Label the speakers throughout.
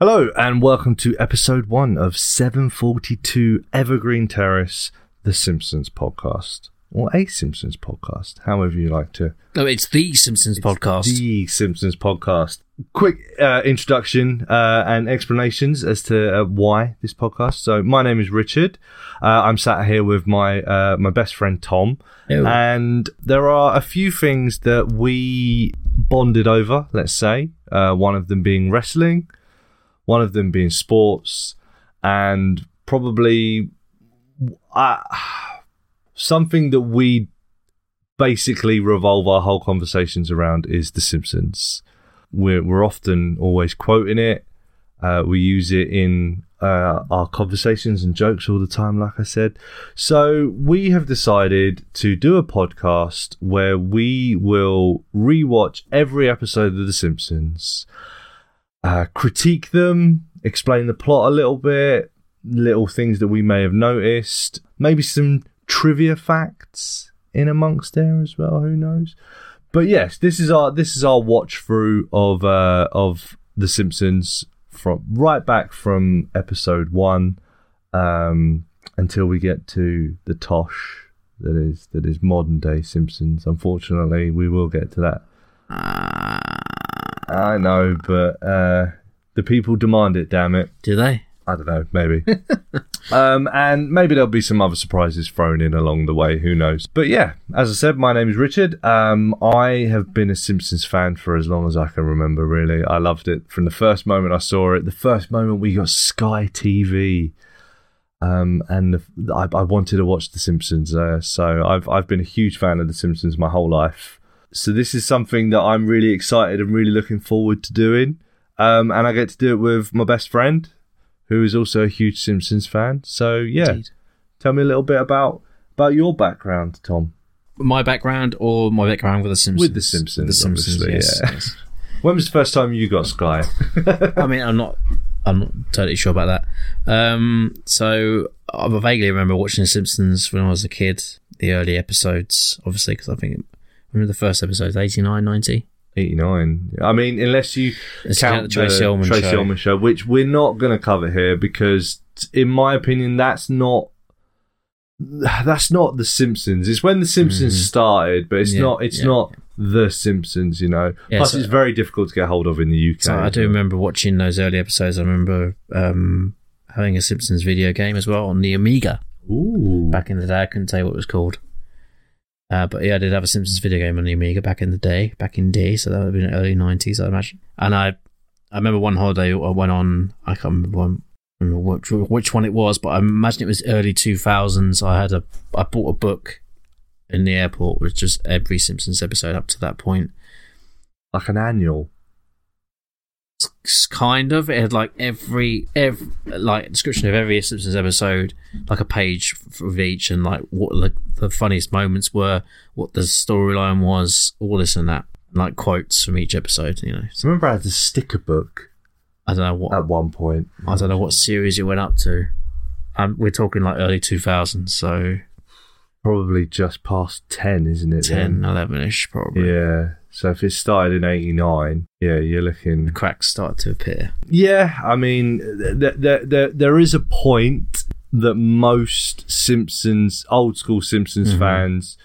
Speaker 1: Hello, and welcome to episode one of 742 Evergreen Terrace, the Simpsons podcast, or a Simpsons podcast, however you like to.
Speaker 2: No, it's the Simpsons podcast.
Speaker 1: The Simpsons podcast. Quick uh, introduction uh, and explanations as to uh, why this podcast. So, my name is Richard. Uh, I'm sat here with my uh, my best friend Tom,
Speaker 2: Hello.
Speaker 1: and there are a few things that we bonded over. Let's say uh, one of them being wrestling, one of them being sports, and probably uh, something that we basically revolve our whole conversations around is The Simpsons. We're, we're often always quoting it. Uh, we use it in uh, our conversations and jokes all the time, like I said. So we have decided to do a podcast where we will rewatch every episode of The Simpsons, uh, critique them, explain the plot a little bit, little things that we may have noticed, maybe some trivia facts in amongst there as well. Who knows? But yes, this is our this is our watch through of uh, of the Simpsons from right back from episode one um, until we get to the Tosh that is that is modern day Simpsons. Unfortunately, we will get to that. I know, but uh, the people demand it. Damn it.
Speaker 2: Do they?
Speaker 1: I don't know, maybe. um, and maybe there'll be some other surprises thrown in along the way. Who knows? But yeah, as I said, my name is Richard. Um, I have been a Simpsons fan for as long as I can remember, really. I loved it from the first moment I saw it, the first moment we got Sky TV. Um, and the, I, I wanted to watch The Simpsons, uh, so I've I've been a huge fan of The Simpsons my whole life. So this is something that I'm really excited and really looking forward to doing. Um, and I get to do it with my best friend, who is also a huge Simpsons fan. So yeah,
Speaker 2: Indeed.
Speaker 1: tell me a little bit about about your background, Tom.
Speaker 2: My background or my background with the Simpsons?
Speaker 1: With The Simpsons,
Speaker 2: The Simpsons,
Speaker 1: obviously,
Speaker 2: yes.
Speaker 1: yeah.
Speaker 2: yes.
Speaker 1: When was the first time you got Sky?
Speaker 2: I mean, I'm not, I'm not totally sure about that. Um, so I vaguely remember watching The Simpsons when I was a kid. The early episodes, obviously, because I think remember the first episode, 89, 90?
Speaker 1: Eighty nine. I mean, unless you
Speaker 2: Let's count
Speaker 1: count
Speaker 2: the Tracy Ullman
Speaker 1: Tracy
Speaker 2: show.
Speaker 1: Ullman show, which we're not going to cover here because, t- in my opinion, that's not that's not the Simpsons. It's when the Simpsons started, but it's
Speaker 2: Mm-hmm. Yeah,
Speaker 1: not it's
Speaker 2: yeah,
Speaker 1: not the Simpsons. You know.
Speaker 2: Yeah,
Speaker 1: Plus,
Speaker 2: so-
Speaker 1: it's very difficult to get hold of in the UK.
Speaker 2: So I do remember watching those early episodes. I remember um, having a Simpsons video game as well on the Amiga.
Speaker 1: Ooh.
Speaker 2: back in the day. I couldn't tell you what it was called. Uh, but yeah, I did have a Simpsons video game on the Amiga back in the day, back in D, so that would have been early nineties, I imagine. And I, I remember one holiday I went on. I can't remember, one, remember which, which one it was, but I imagine it was early two thousands. I had a, I bought a book in the airport with just every Simpsons episode up to that point.
Speaker 1: Like an annual.
Speaker 2: s- kind of it had like every every like description of every simpsons episode like a page f- of each and like what the, the funniest moments were what the storyline was all this and that like quotes from each episode you know
Speaker 1: I remember I had the sticker book
Speaker 2: i don't know what
Speaker 1: at one point.
Speaker 2: i don't know what series it went up to um, we're talking like early 2000s so
Speaker 1: Probably just past 10, isn't it?
Speaker 2: 10
Speaker 1: then?
Speaker 2: 11ish probably
Speaker 1: Yeah. So if it started in 89, yeah, you're looking.
Speaker 2: the cracks started to appear
Speaker 1: Yeah, I mean, th- th- th- th- there is a point that most Simpsons, old school Simpsons
Speaker 2: Mhm.
Speaker 1: fans,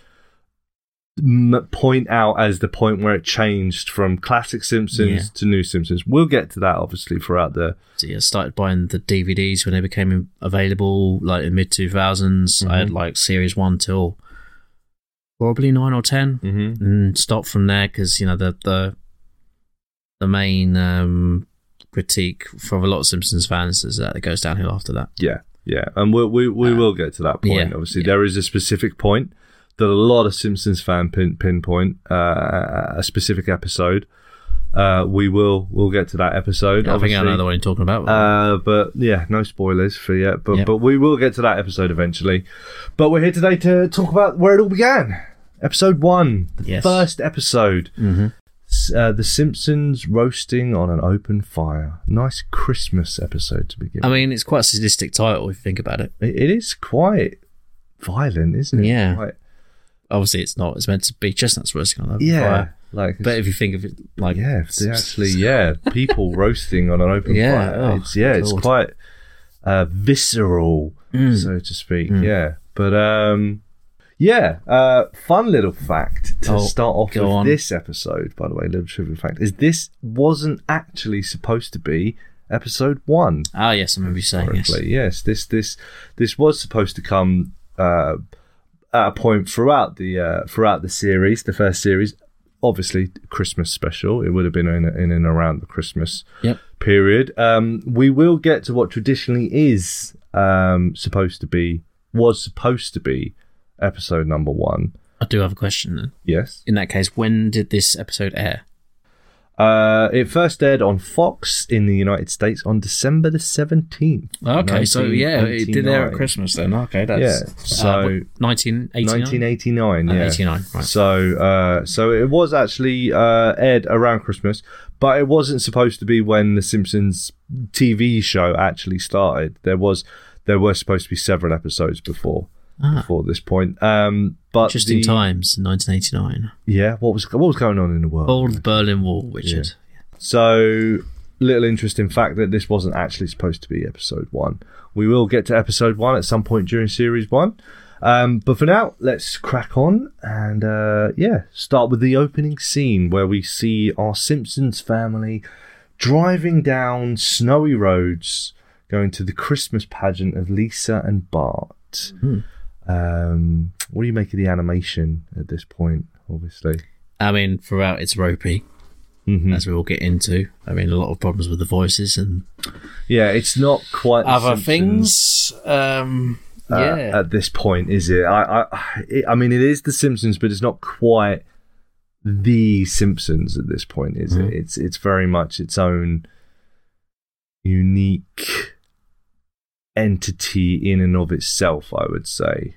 Speaker 1: m- point out as the point where it changed from classic Simpsons
Speaker 2: Yeah.
Speaker 1: to new Simpsons. We'll get to that obviously throughout the
Speaker 2: so yeah, I started buying the DVDs when they became available, like in mid two I had
Speaker 1: Mhm.
Speaker 2: like series one till probably nine or 10
Speaker 1: mm-hmm.
Speaker 2: and stopped from there because you know the the the main um, critique from a lot of Simpsons fans is that it goes downhill after that.
Speaker 1: Yeah, yeah, and we we, we
Speaker 2: Uh,
Speaker 1: will get to that point.
Speaker 2: yeah,
Speaker 1: Obviously,
Speaker 2: yeah.
Speaker 1: there is a specific point that a lot of Simpsons fan pin, pinpoint uh, a specific episode. Uh, we will we'll get to that episode.
Speaker 2: I think I
Speaker 1: obviously.
Speaker 2: know the one you're talking about.
Speaker 1: Uh, but yeah, no spoilers for yet. But
Speaker 2: Yep.
Speaker 1: but we will get to that episode eventually. But we're here today to talk about where it all began. Episode one, the
Speaker 2: Yes.
Speaker 1: first episode.
Speaker 2: Mhm.
Speaker 1: S- Uh, the Simpsons roasting on an open fire. Nice Christmas episode to begin.
Speaker 2: I mean, it's quite a sadistic title if you think about it.
Speaker 1: It, it is quite violent, isn't it?
Speaker 2: Yeah.
Speaker 1: Quite-
Speaker 2: Obviously, it's not. It's meant to be chestnuts roasting on open
Speaker 1: yeah.
Speaker 2: fire.
Speaker 1: Like,
Speaker 2: But if you think of it like
Speaker 1: yeah, if they actually, yeah, people roasting on an open
Speaker 2: Yeah,
Speaker 1: fire.
Speaker 2: oh,
Speaker 1: it's, yeah, it's
Speaker 2: God.
Speaker 1: quite uh, visceral,
Speaker 2: Mm.
Speaker 1: so to speak. Yeah, but um, yeah, uh, fun little fact to
Speaker 2: Oh,
Speaker 1: start off
Speaker 2: go
Speaker 1: with
Speaker 2: on.
Speaker 1: this episode. By the way, little trivia fact is this wasn't actually supposed to be episode one.
Speaker 2: Ah, yes, I remember you saying yes.
Speaker 1: Correctly, yes. This this this was supposed to come uh, at a point throughout the uh, throughout the series, the first series. Obviously, Christmas special. It would have been in, in and around the Christmas
Speaker 2: Yep.
Speaker 1: period. Um, we will get to what traditionally is um, supposed to be was supposed to be episode number one.
Speaker 2: I do have a question then.
Speaker 1: Yes.
Speaker 2: In that case, when did this episode air?
Speaker 1: Uh, it first aired on Fox in the United States on December the seventeenth.
Speaker 2: Okay, so yeah, it did air
Speaker 1: 1989.
Speaker 2: at Christmas then. Okay, that's uh,
Speaker 1: Yeah, so-
Speaker 2: nineteen eighty
Speaker 1: 1989, yeah.
Speaker 2: nine. Right.
Speaker 1: So, uh, so it was actually uh, aired around Christmas, but it wasn't supposed to be when the Simpsons TV show actually started. There was, there were supposed to be several episodes before
Speaker 2: Ah.
Speaker 1: before this point. Um, but
Speaker 2: Interesting
Speaker 1: the-
Speaker 2: times, nineteen eighty nine.
Speaker 1: Yeah, what was what was going on in the world?
Speaker 2: Old Berlin Wall, Richard.
Speaker 1: So, little interesting fact that this wasn't actually supposed to be episode one. We will get to episode one at some point during series one. Um, but for now, let's crack on and uh, yeah, start with the opening scene where we see our Simpsons family driving down snowy roads, going to the Christmas pageant of Lisa and Bart.
Speaker 2: Hmm.
Speaker 1: Um, what do you make of the animation at this point? Obviously,
Speaker 2: I mean, throughout it's ropey,
Speaker 1: Mhm.
Speaker 2: as we all get into. I mean, a lot of problems with the voices and
Speaker 1: yeah, it's not quite the
Speaker 2: other
Speaker 1: Simpsons.
Speaker 2: things. Um,
Speaker 1: uh,
Speaker 2: yeah,
Speaker 1: at this point, is it? I, I, it, I mean, it is The Simpsons, but it's not quite The Simpsons at this point, is
Speaker 2: Mm-hmm.
Speaker 1: it? It's it's very much its own unique entity in and of itself. I would say.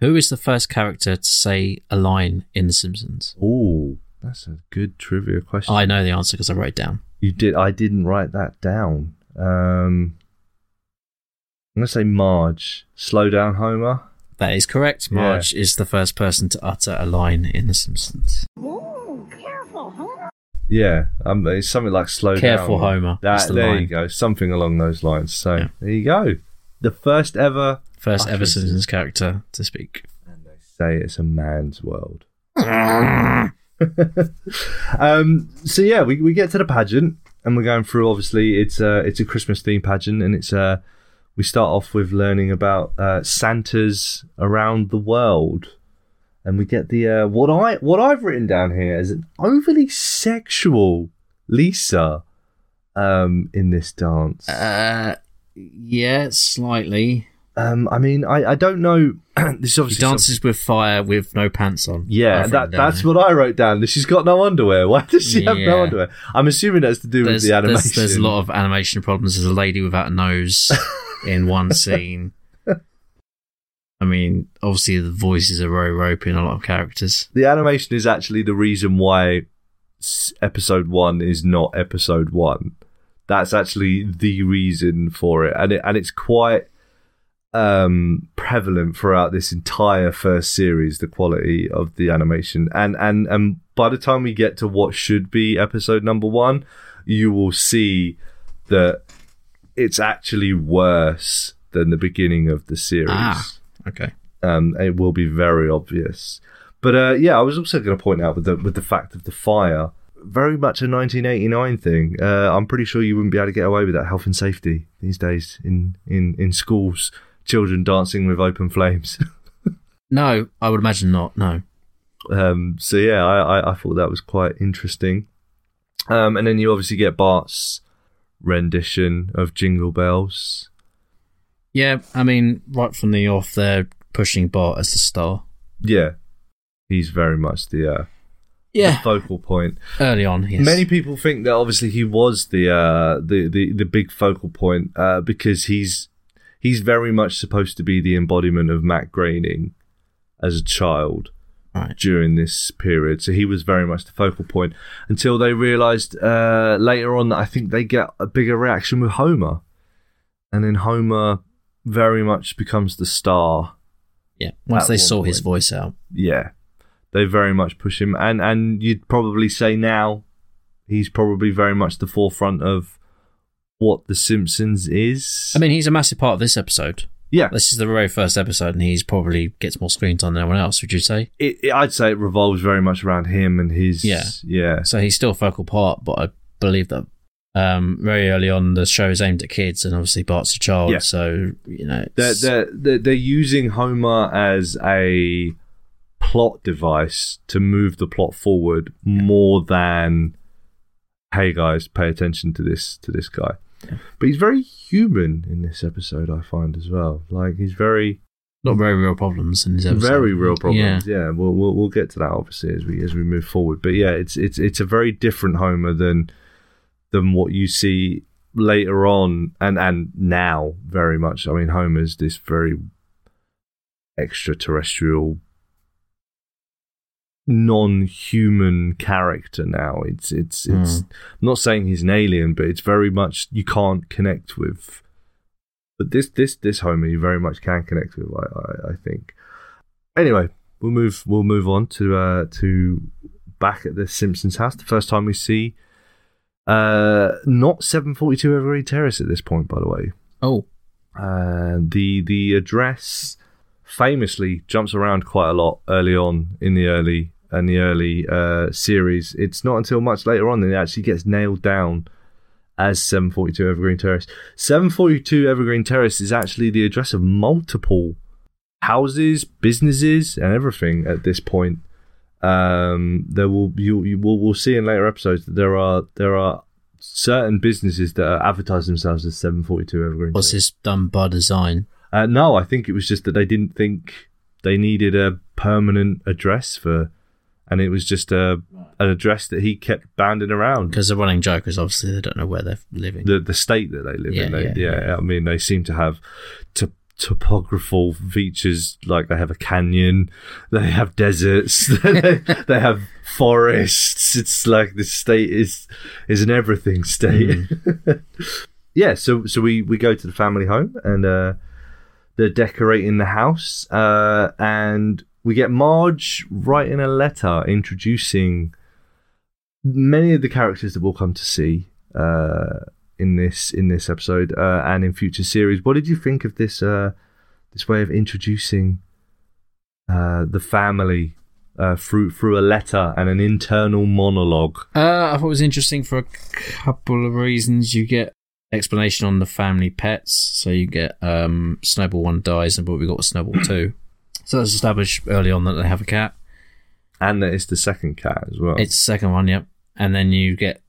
Speaker 2: who is the first character to say a line in The Simpsons?
Speaker 1: Oh, that's a good trivia question.
Speaker 2: I know the answer because I wrote it down.
Speaker 1: you did. I didn't write that down. Um, I'm gonna say Marge. Slow down, Homer.
Speaker 2: That is correct.
Speaker 1: Yeah.
Speaker 2: Marge is the first person to utter a line in The Simpsons.
Speaker 3: Ooh, careful, Homer.
Speaker 1: Yeah, um, it's something like slow
Speaker 2: Careful,
Speaker 1: down.
Speaker 2: Homer. That's
Speaker 1: That,
Speaker 2: the
Speaker 1: there
Speaker 2: line.
Speaker 1: you go. Something along those lines. So
Speaker 2: Yeah.
Speaker 1: there you go. The first ever.
Speaker 2: First ever
Speaker 1: Utterances.
Speaker 2: Simpsons character to speak.
Speaker 1: And they say it's a man's world. um, so yeah, we, we get to the pageant, and we're going through. Obviously, it's a it's a Christmas themed pageant, and it's uh we start off with learning about uh, Santas around the world, and we get the uh, what I what I've written down here is an overly sexual Lisa um, in this dance.
Speaker 2: Uh, yeah, slightly.
Speaker 1: Um, I mean, I, I don't know. this is
Speaker 2: He
Speaker 1: obviously
Speaker 2: dances with fire with no pants on.
Speaker 1: some- yeah,
Speaker 2: I've
Speaker 1: that,
Speaker 2: written down
Speaker 1: that's
Speaker 2: here.
Speaker 1: what I wrote down. That She's got no underwear. Why does she have
Speaker 2: Yeah.
Speaker 1: no underwear? I'm assuming that's to do
Speaker 2: there's,
Speaker 1: with the animation.
Speaker 2: there's, there's a lot of animation problems. There's a lady without a nose in one scene. I mean, obviously the voices are row roping a lot of characters.
Speaker 1: the animation is actually the reason why s- episode one is not episode one. That's actually the reason for it, and it and it's quite um prevalent throughout this entire first series the quality of the animation and and and by the time we get to what should be episode number 1 you will see that it's actually worse than the beginning of the series
Speaker 2: Ah, okay.
Speaker 1: um, it will be very obvious. But uh, yeah, I was also going to point out with the with the fact of the fire, very much a 1989 thing. Uh, I'm pretty sure you wouldn't be able to get away with that health and safety these days in in in schools. Children dancing with open flames.
Speaker 2: No, I would imagine not. No.
Speaker 1: um, so yeah, I, I I thought that was quite interesting. Um, and then you obviously get Bart's rendition of Jingle Bells.
Speaker 2: Yeah, I mean, right from the off, they're pushing Bart as the star.
Speaker 1: Yeah, he's very much the, uh, the
Speaker 2: Yeah,
Speaker 1: focal point.
Speaker 2: early on. Yes.
Speaker 1: Many people think that obviously he was the uh, the, the the big focal point uh, because he's he's very much supposed to be the embodiment of Matt Groening as a child
Speaker 2: Right.
Speaker 1: during this period. So he was very much the focal point until they realised uh, later on that I think they get a bigger reaction with Homer, and then Homer very much becomes the star.
Speaker 2: Yeah. Once
Speaker 1: At
Speaker 2: they
Speaker 1: one
Speaker 2: saw his
Speaker 1: point.
Speaker 2: voice out.
Speaker 1: Yeah. They very much push him, and and you'd probably say now he's probably very much the forefront of what The Simpsons is.
Speaker 2: I mean, he's a massive part of this episode.
Speaker 1: yeah,
Speaker 2: This is the very first episode, and he's probably gets more screen time than anyone else. Would you say?
Speaker 1: it, it- I'd say it revolves very much around him and his
Speaker 2: Yeah.
Speaker 1: yeah
Speaker 2: So he's still a focal part, but I believe that um, very early on the show is aimed at kids, and obviously Bart's a child,
Speaker 1: Yeah.
Speaker 2: so you know.
Speaker 1: they're,
Speaker 2: it's-
Speaker 1: they're, they're, they're using Homer as a plot device to move the plot forward more than hey guys pay attention to this to this guy but he's very human in this episode i find as well like he's very
Speaker 2: not very real problems in his episode.
Speaker 1: very real problems
Speaker 2: Yeah.
Speaker 1: yeah, we'll, we'll we'll get to that obviously as we as we move forward but yeah it's it's it's a very different homer than than what you see later on and and now very much i mean homer's this very extraterrestrial non-human character now it's it's it's I'm not saying he's an alien but it's very much you can't connect with but this this this homer you very much can connect with i i, I think anyway we'll move we'll move on to uh to back at the simpsons house the first time we see uh not 742 evergreen terrace at this point by the way
Speaker 2: Oh,
Speaker 1: uh, the the address famously jumps around quite a lot early on in the early in the early uh, series. It's not until much later on that it actually gets nailed down as 742 Evergreen Terrace. 742 Evergreen Terrace is actually the address of multiple houses, businesses, and everything at this point. Um, there will you, you will we'll see in later episodes that there are there are certain businesses that are advertise themselves as 742 Evergreen.
Speaker 2: was
Speaker 1: Terrace.
Speaker 2: this done by design?
Speaker 1: Uh, no, I think it was just that they didn't think they needed a permanent address for, and it was just a an address that he kept banding around
Speaker 2: Because the running joke is obviously they don't know where they're living.
Speaker 1: the the state that they live in.
Speaker 2: Yeah,
Speaker 1: They, yeah,
Speaker 2: yeah,
Speaker 1: I mean they seem to have to topographical features like they have a canyon they have deserts they, they have forests it's like the state is is an everything state
Speaker 2: Mm.
Speaker 1: yeah so so we we go to the family home and uh they're decorating the house uh and we get marge writing a letter introducing many of the characters that we'll come to see uh in this in this episode uh, and in future series what did you think of this uh this way of introducing uh the family uh through through a letter and an internal monologue
Speaker 2: Uh, I thought it was interesting for a couple of reasons. You get explanation on the family pets, so you get um, Snowball one dies, and but we got Snowball two. So that's established early on that they have a cat.
Speaker 1: and that it's the second cat as well
Speaker 2: It's the second one, yep. And then you get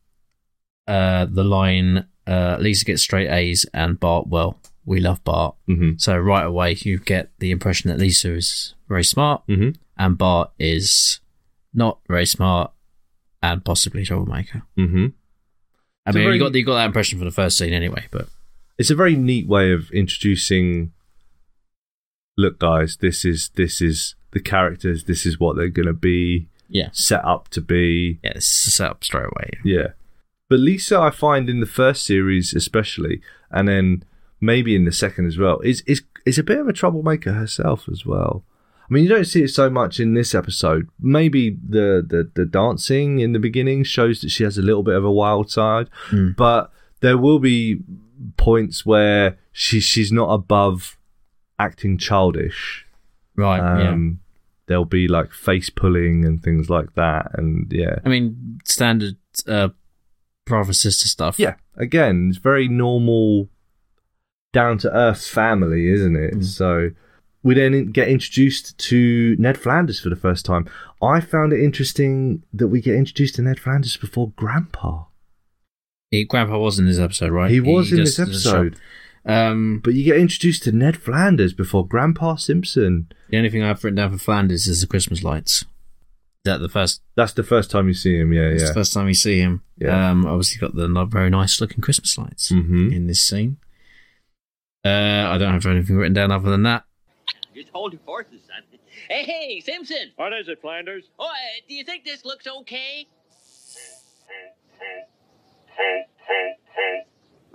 Speaker 2: uh, the line: uh, Lisa gets straight A's, and Bart. Well, we love Bart.
Speaker 1: Mhm.
Speaker 2: So right away, you get the impression that Lisa is very smart,
Speaker 1: mm-hmm.
Speaker 2: and Bart is not very smart, and possibly a troublemaker.
Speaker 1: Mm-hmm.
Speaker 2: I
Speaker 1: It's a
Speaker 2: mean,
Speaker 1: very-
Speaker 2: you got you got that impression from the first scene anyway, but
Speaker 1: It's a very neat way of introducing. Look, guys, this is this is the characters. This is what they're gonna be
Speaker 2: yeah,
Speaker 1: set up to be.
Speaker 2: yeah, this is set up straight away.
Speaker 1: Yeah, but Lisa, I find in the first series especially, and then maybe in the second as well, is is is a bit of a troublemaker herself as well. I mean, you don't see it so much in this episode. Maybe the the, the dancing in the beginning shows that she has a little bit of a wild side, but there will be points where she she's not above acting childish.
Speaker 2: Right, yeah.
Speaker 1: Um, There'll be like face pulling and things like that, and yeah,
Speaker 2: I mean, standard uh, brother sister stuff.
Speaker 1: yeah. Again, it's very normal, down to earth family, isn't it?
Speaker 2: Mm.
Speaker 1: So we then get introduced to Ned Flanders for the first time. I found it interesting that we get introduced to Ned Flanders before Grandpa.
Speaker 2: He, Grandpa was in this episode, right?
Speaker 1: he was in this
Speaker 2: just- just shot.
Speaker 1: episode,
Speaker 2: Um,
Speaker 1: but you get introduced to Ned Flanders before Grandpa Simpson.
Speaker 2: the only thing I've written down for Flanders is the Christmas lights. That the first,
Speaker 1: That's the first time you see him. Yeah,
Speaker 2: it's
Speaker 1: yeah.
Speaker 2: the first time you see him.
Speaker 1: Yeah.
Speaker 2: Um, obviously got the not very nice looking Christmas lights
Speaker 1: Mhm.
Speaker 2: in this scene. Uh, I don't have anything written down other than that.
Speaker 4: Just holding forces, son. Hey, hey, Simpson!
Speaker 5: What is it, Flanders?
Speaker 4: Oh, uh, do you think this looks okay?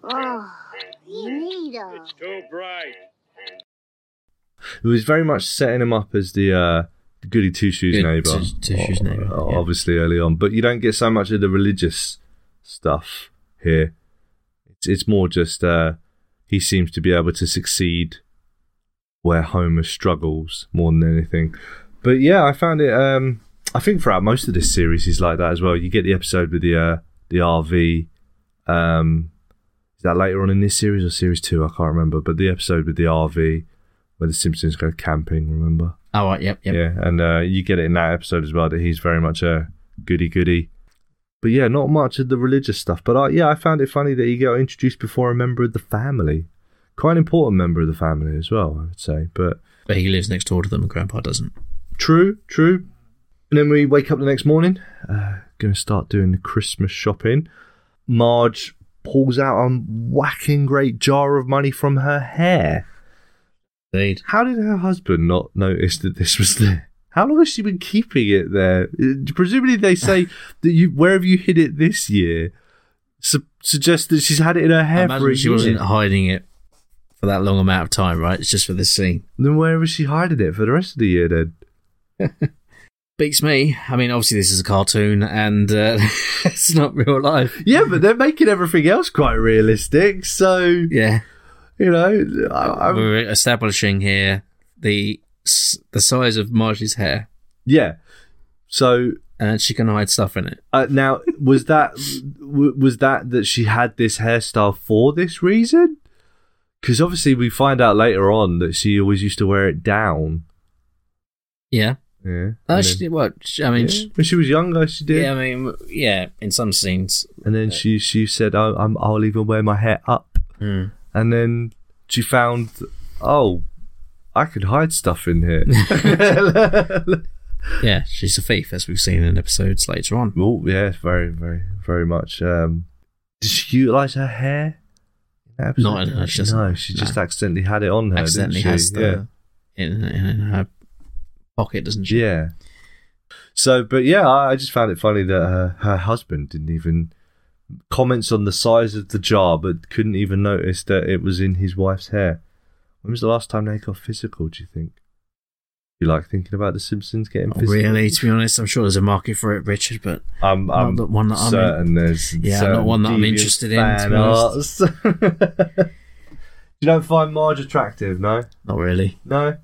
Speaker 3: Oh, Nita.
Speaker 5: It's too bright.
Speaker 1: It was very much setting him up as the uh, goody two shoes
Speaker 2: Good
Speaker 1: neighbor,
Speaker 2: two- two-shoes
Speaker 1: o-
Speaker 2: neighbor,
Speaker 1: o-
Speaker 2: yeah.
Speaker 1: obviously early on, but you don't get so much of the religious stuff here. It's it's more just uh, he seems to be able to succeed where Homer struggles more than anything. But yeah, I found it. Um, I think throughout most of this series, he's like that as well. You get the episode with the uh, the RV. Um, is that later on in this series or series two? I can't remember. But the episode with the RV where the Simpsons go camping. Remember?
Speaker 2: All Oh, right, yep, yep.
Speaker 1: Yeah, and uh, you get it in that episode as well that he's very much a goody goody. But yeah, not much of the religious stuff. But I, yeah, I found it funny that he got introduced before a member of the family. Quite an important member of the family as well, I would say. But
Speaker 2: But he lives next door to them, and Grandpa doesn't.
Speaker 1: True, true. And then we wake up the next morning. Uh, going to start doing the Christmas shopping. Marge pulls out a whacking great jar of money from her hair.
Speaker 2: Indeed.
Speaker 1: How did her husband not notice that this was there? How long has she been keeping it there? Uh, Presumably, they say that you where have you hid it this year? Su- suggests that she's had it in her
Speaker 2: I
Speaker 1: hair for a
Speaker 2: imagine she
Speaker 1: year.
Speaker 2: wasn't hiding it for that long amount of time, right? It's just for this scene.
Speaker 1: Then where was she hiding it for the rest of the year? Then
Speaker 2: Beats me. I mean, obviously this is a cartoon, and uh, it's not real life.
Speaker 1: yeah, but they're making everything else quite realistic. So
Speaker 2: Yeah,
Speaker 1: you know, I, I'm,
Speaker 2: we're establishing here the s- the size of Marge's hair,
Speaker 1: yeah. So
Speaker 2: and she can hide stuff in it.
Speaker 1: uh, now, was that w- was that that she had this hairstyle for this reason? Because obviously, we find out later on that she always used to wear it down.
Speaker 2: Yeah.
Speaker 1: Yeah,
Speaker 2: Uh,
Speaker 1: And
Speaker 2: she
Speaker 1: then-
Speaker 2: did what? She- I mean,
Speaker 1: yeah.
Speaker 2: she-
Speaker 1: when she was younger, she did.
Speaker 2: yeah. I mean, yeah. In some scenes,
Speaker 1: and then she she said, oh, I'm, "I'll even wear my hair up."
Speaker 2: Mm.
Speaker 1: And then she found, oh, I could hide stuff in here.
Speaker 2: yeah, she's a thief, as we've seen in episodes later on.
Speaker 1: Oh yeah, very, very, very much. Um, did she utilize her hair?
Speaker 2: No, no, she doesn't.
Speaker 1: No, she just accidentally had it on her.
Speaker 2: Accidentally
Speaker 1: didn't she?
Speaker 2: has the in, in in her pocket, doesn't
Speaker 1: yeah.
Speaker 2: she?
Speaker 1: yeah. So, but yeah, I, I just found it funny that her, her husband didn't even comments on the size of the jar, but couldn't even notice that it was in his wife's hair. When was the last time they got physical? Do you think? You like thinking about the Simpsons getting
Speaker 2: Not
Speaker 1: physical?
Speaker 2: Oh, really, to be honest, I'm sure there's a market for it, Richard, but
Speaker 1: I'm,
Speaker 2: Not
Speaker 1: I'm
Speaker 2: that one that I'm
Speaker 1: certain there's
Speaker 2: Yeah,
Speaker 1: certain
Speaker 2: not one that I'm
Speaker 1: deviant
Speaker 2: interested in,
Speaker 1: fan
Speaker 2: to be honest.
Speaker 1: arts. you don't find Marge attractive, no,
Speaker 2: not really.
Speaker 1: no,
Speaker 2: No.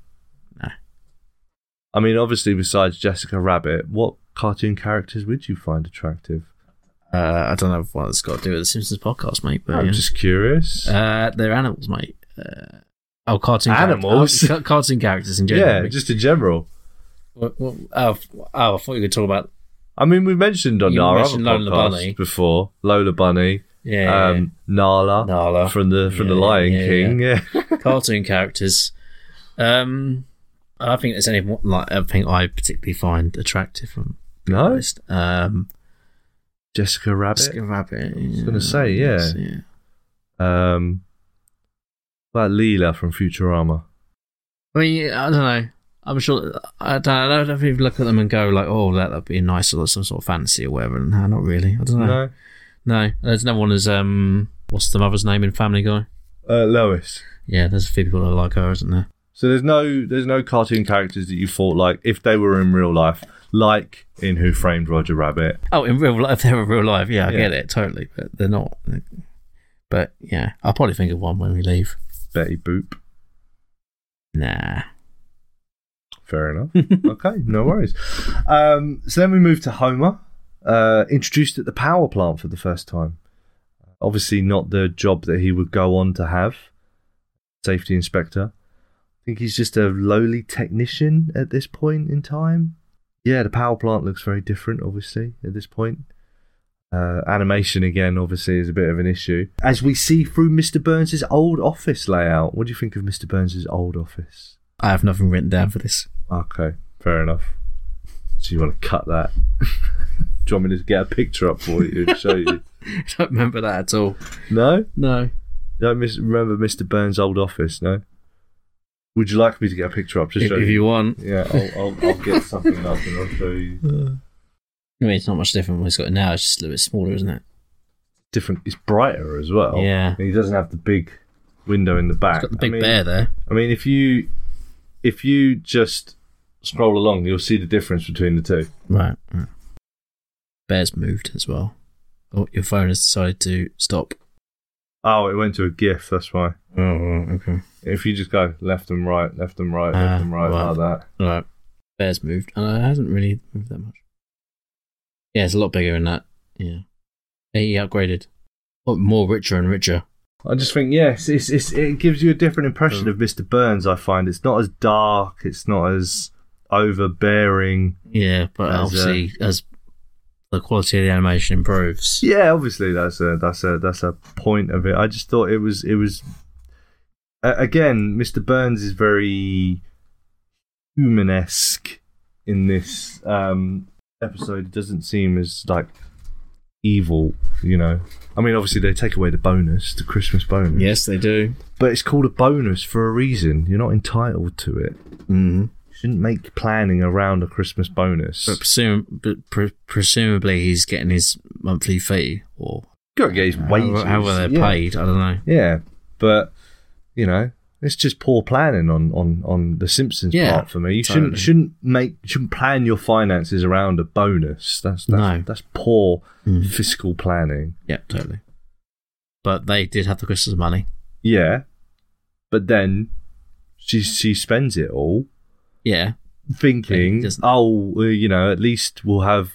Speaker 1: I mean, obviously, besides Jessica Rabbit, what cartoon characters would you find attractive?
Speaker 2: Uh, I don't know what it's got to do with the Simpsons podcast, mate. But
Speaker 1: I'm
Speaker 2: yeah.
Speaker 1: just curious.
Speaker 2: uh, they're animals, mate. Uh, oh, cartoon
Speaker 1: Animals?
Speaker 2: character- oh, ca- cartoon characters in general.
Speaker 1: yeah,
Speaker 2: mate.
Speaker 1: just in general.
Speaker 2: What- what- oh, f- oh, I thought you could talk about
Speaker 1: I mean, we mentioned on
Speaker 2: You
Speaker 1: our
Speaker 2: mentioned
Speaker 1: other
Speaker 2: Lola
Speaker 1: podcast
Speaker 2: Bunny.
Speaker 1: before Lola Bunny,
Speaker 2: yeah, yeah,
Speaker 1: um, Nala,
Speaker 2: Nala.
Speaker 1: from the from the
Speaker 2: Yeah,
Speaker 1: Lion
Speaker 2: yeah, yeah,
Speaker 1: King. Yeah,
Speaker 2: yeah. cartoon characters. Um, I don't think there's anyone like I think I particularly find attractive. From
Speaker 1: no,
Speaker 2: honest. um,
Speaker 1: Jessica Rabbit.
Speaker 2: Skip Rabbit. I
Speaker 1: was gonna say, yeah.
Speaker 2: yeah.
Speaker 1: Um, about Leela from Futurama.
Speaker 2: I mean, I don't know. I'm sure. I don't. know. I don't think you look at them and go like, "Oh, that would be nice," or some sort of fantasy or whatever. No, not really. I don't know.
Speaker 1: No,
Speaker 2: No, there's no one as um. What's the mother's name in Family Guy?
Speaker 1: uh, Lois.
Speaker 2: Yeah, there's a few people that are like her, isn't there?
Speaker 1: So there's no there's no cartoon characters that you thought like if they were in real life, like in Who Framed Roger Rabbit.
Speaker 2: Oh, in real life, they're in real life. Yeah, I
Speaker 1: Yeah.
Speaker 2: get it totally, but they're not. But yeah, I'll probably think of one when we leave.
Speaker 1: Betty Boop.
Speaker 2: Nah.
Speaker 1: Fair enough. okay, no worries. Um, so then we move to Homer, uh, introduced at the power plant for the first time. Obviously, not the job that he would go on to have, safety inspector. I think he's just a lowly technician at this point in time. Yeah, the power plant looks very different, obviously, at this point. Uh, animation again, obviously, is a bit of an issue. As we see through Mr. Burns' old office layout, what do you think of Mr. Burns' old office?
Speaker 2: I have nothing written down for this.
Speaker 1: Okay, fair enough. So you want to cut that? Do you want me to get a picture up for you and show you?
Speaker 2: I don't remember that at all.
Speaker 1: No, you
Speaker 2: No.
Speaker 1: don't mis- remember Mr. Burns' old office. No. Would you like me to get a picture up to
Speaker 2: If,
Speaker 1: show
Speaker 2: if
Speaker 1: you?
Speaker 2: you want.
Speaker 1: Yeah, I'll, I'll, I'll get something up and I'll show you.
Speaker 2: I mean, it's not much different when it's got it now. It's just a little bit smaller, isn't it?
Speaker 1: Different. It's brighter as well.
Speaker 2: Yeah.
Speaker 1: And he doesn't have the big window in the back.
Speaker 2: It's got the
Speaker 1: I
Speaker 2: big
Speaker 1: mean-
Speaker 2: bear there.
Speaker 1: I mean, if you if you just scroll along, you'll see the difference between the two.
Speaker 2: Right. right. Bear's moved as well. Oh, your phone has decided to stop.
Speaker 1: Oh, it went to a GIF. That's why.
Speaker 2: Oh, okay.
Speaker 1: If you just go left and right, left and right,
Speaker 2: Ah,
Speaker 1: left and right
Speaker 2: wow.
Speaker 1: like that.
Speaker 2: Right. Bear's moved. And it hasn't really moved that much. Yeah, it's a lot bigger than that. Yeah. He upgraded. Oh, more richer and richer.
Speaker 1: I just think yes, it's, it's it gives you a different impression
Speaker 2: Mm.
Speaker 1: of Mr. Burns. I find it's not as dark, it's not as overbearing.
Speaker 2: Yeah, but
Speaker 1: As, uh,
Speaker 2: obviously, as the quality of the animation improves,
Speaker 1: Yeah, obviously that's a that's a that's a point of it. I just thought it was it was a- again Mr. Burns is very humanesque in this um, episode. It doesn't seem as like evil, you know. I mean, obviously they take away the bonus, the Christmas bonus.
Speaker 2: Yes, they do.
Speaker 1: but it's called a bonus for a reason. You're not entitled to it.
Speaker 2: Mm.
Speaker 1: You shouldn't make planning around a Christmas bonus.
Speaker 2: But, presum- but pre- presumably he's getting his monthly fee or
Speaker 1: got to get his wages.
Speaker 2: however, however they're
Speaker 1: yeah.
Speaker 2: paid. I don't know.
Speaker 1: Yeah, but you know, it's just poor planning on on on the Simpsons
Speaker 2: Yeah,
Speaker 1: part for me. You
Speaker 2: totally.
Speaker 1: shouldn't shouldn't make shouldn't plan your finances around a bonus. That's that's,
Speaker 2: No.
Speaker 1: that's poor
Speaker 2: Mm.
Speaker 1: fiscal planning.
Speaker 2: Yeah, totally. But they did have the Christmas money.
Speaker 1: Yeah, but then she she spends it all
Speaker 2: Yeah. But he
Speaker 1: thinking,
Speaker 2: doesn't.
Speaker 1: oh, well, you know, at least we'll have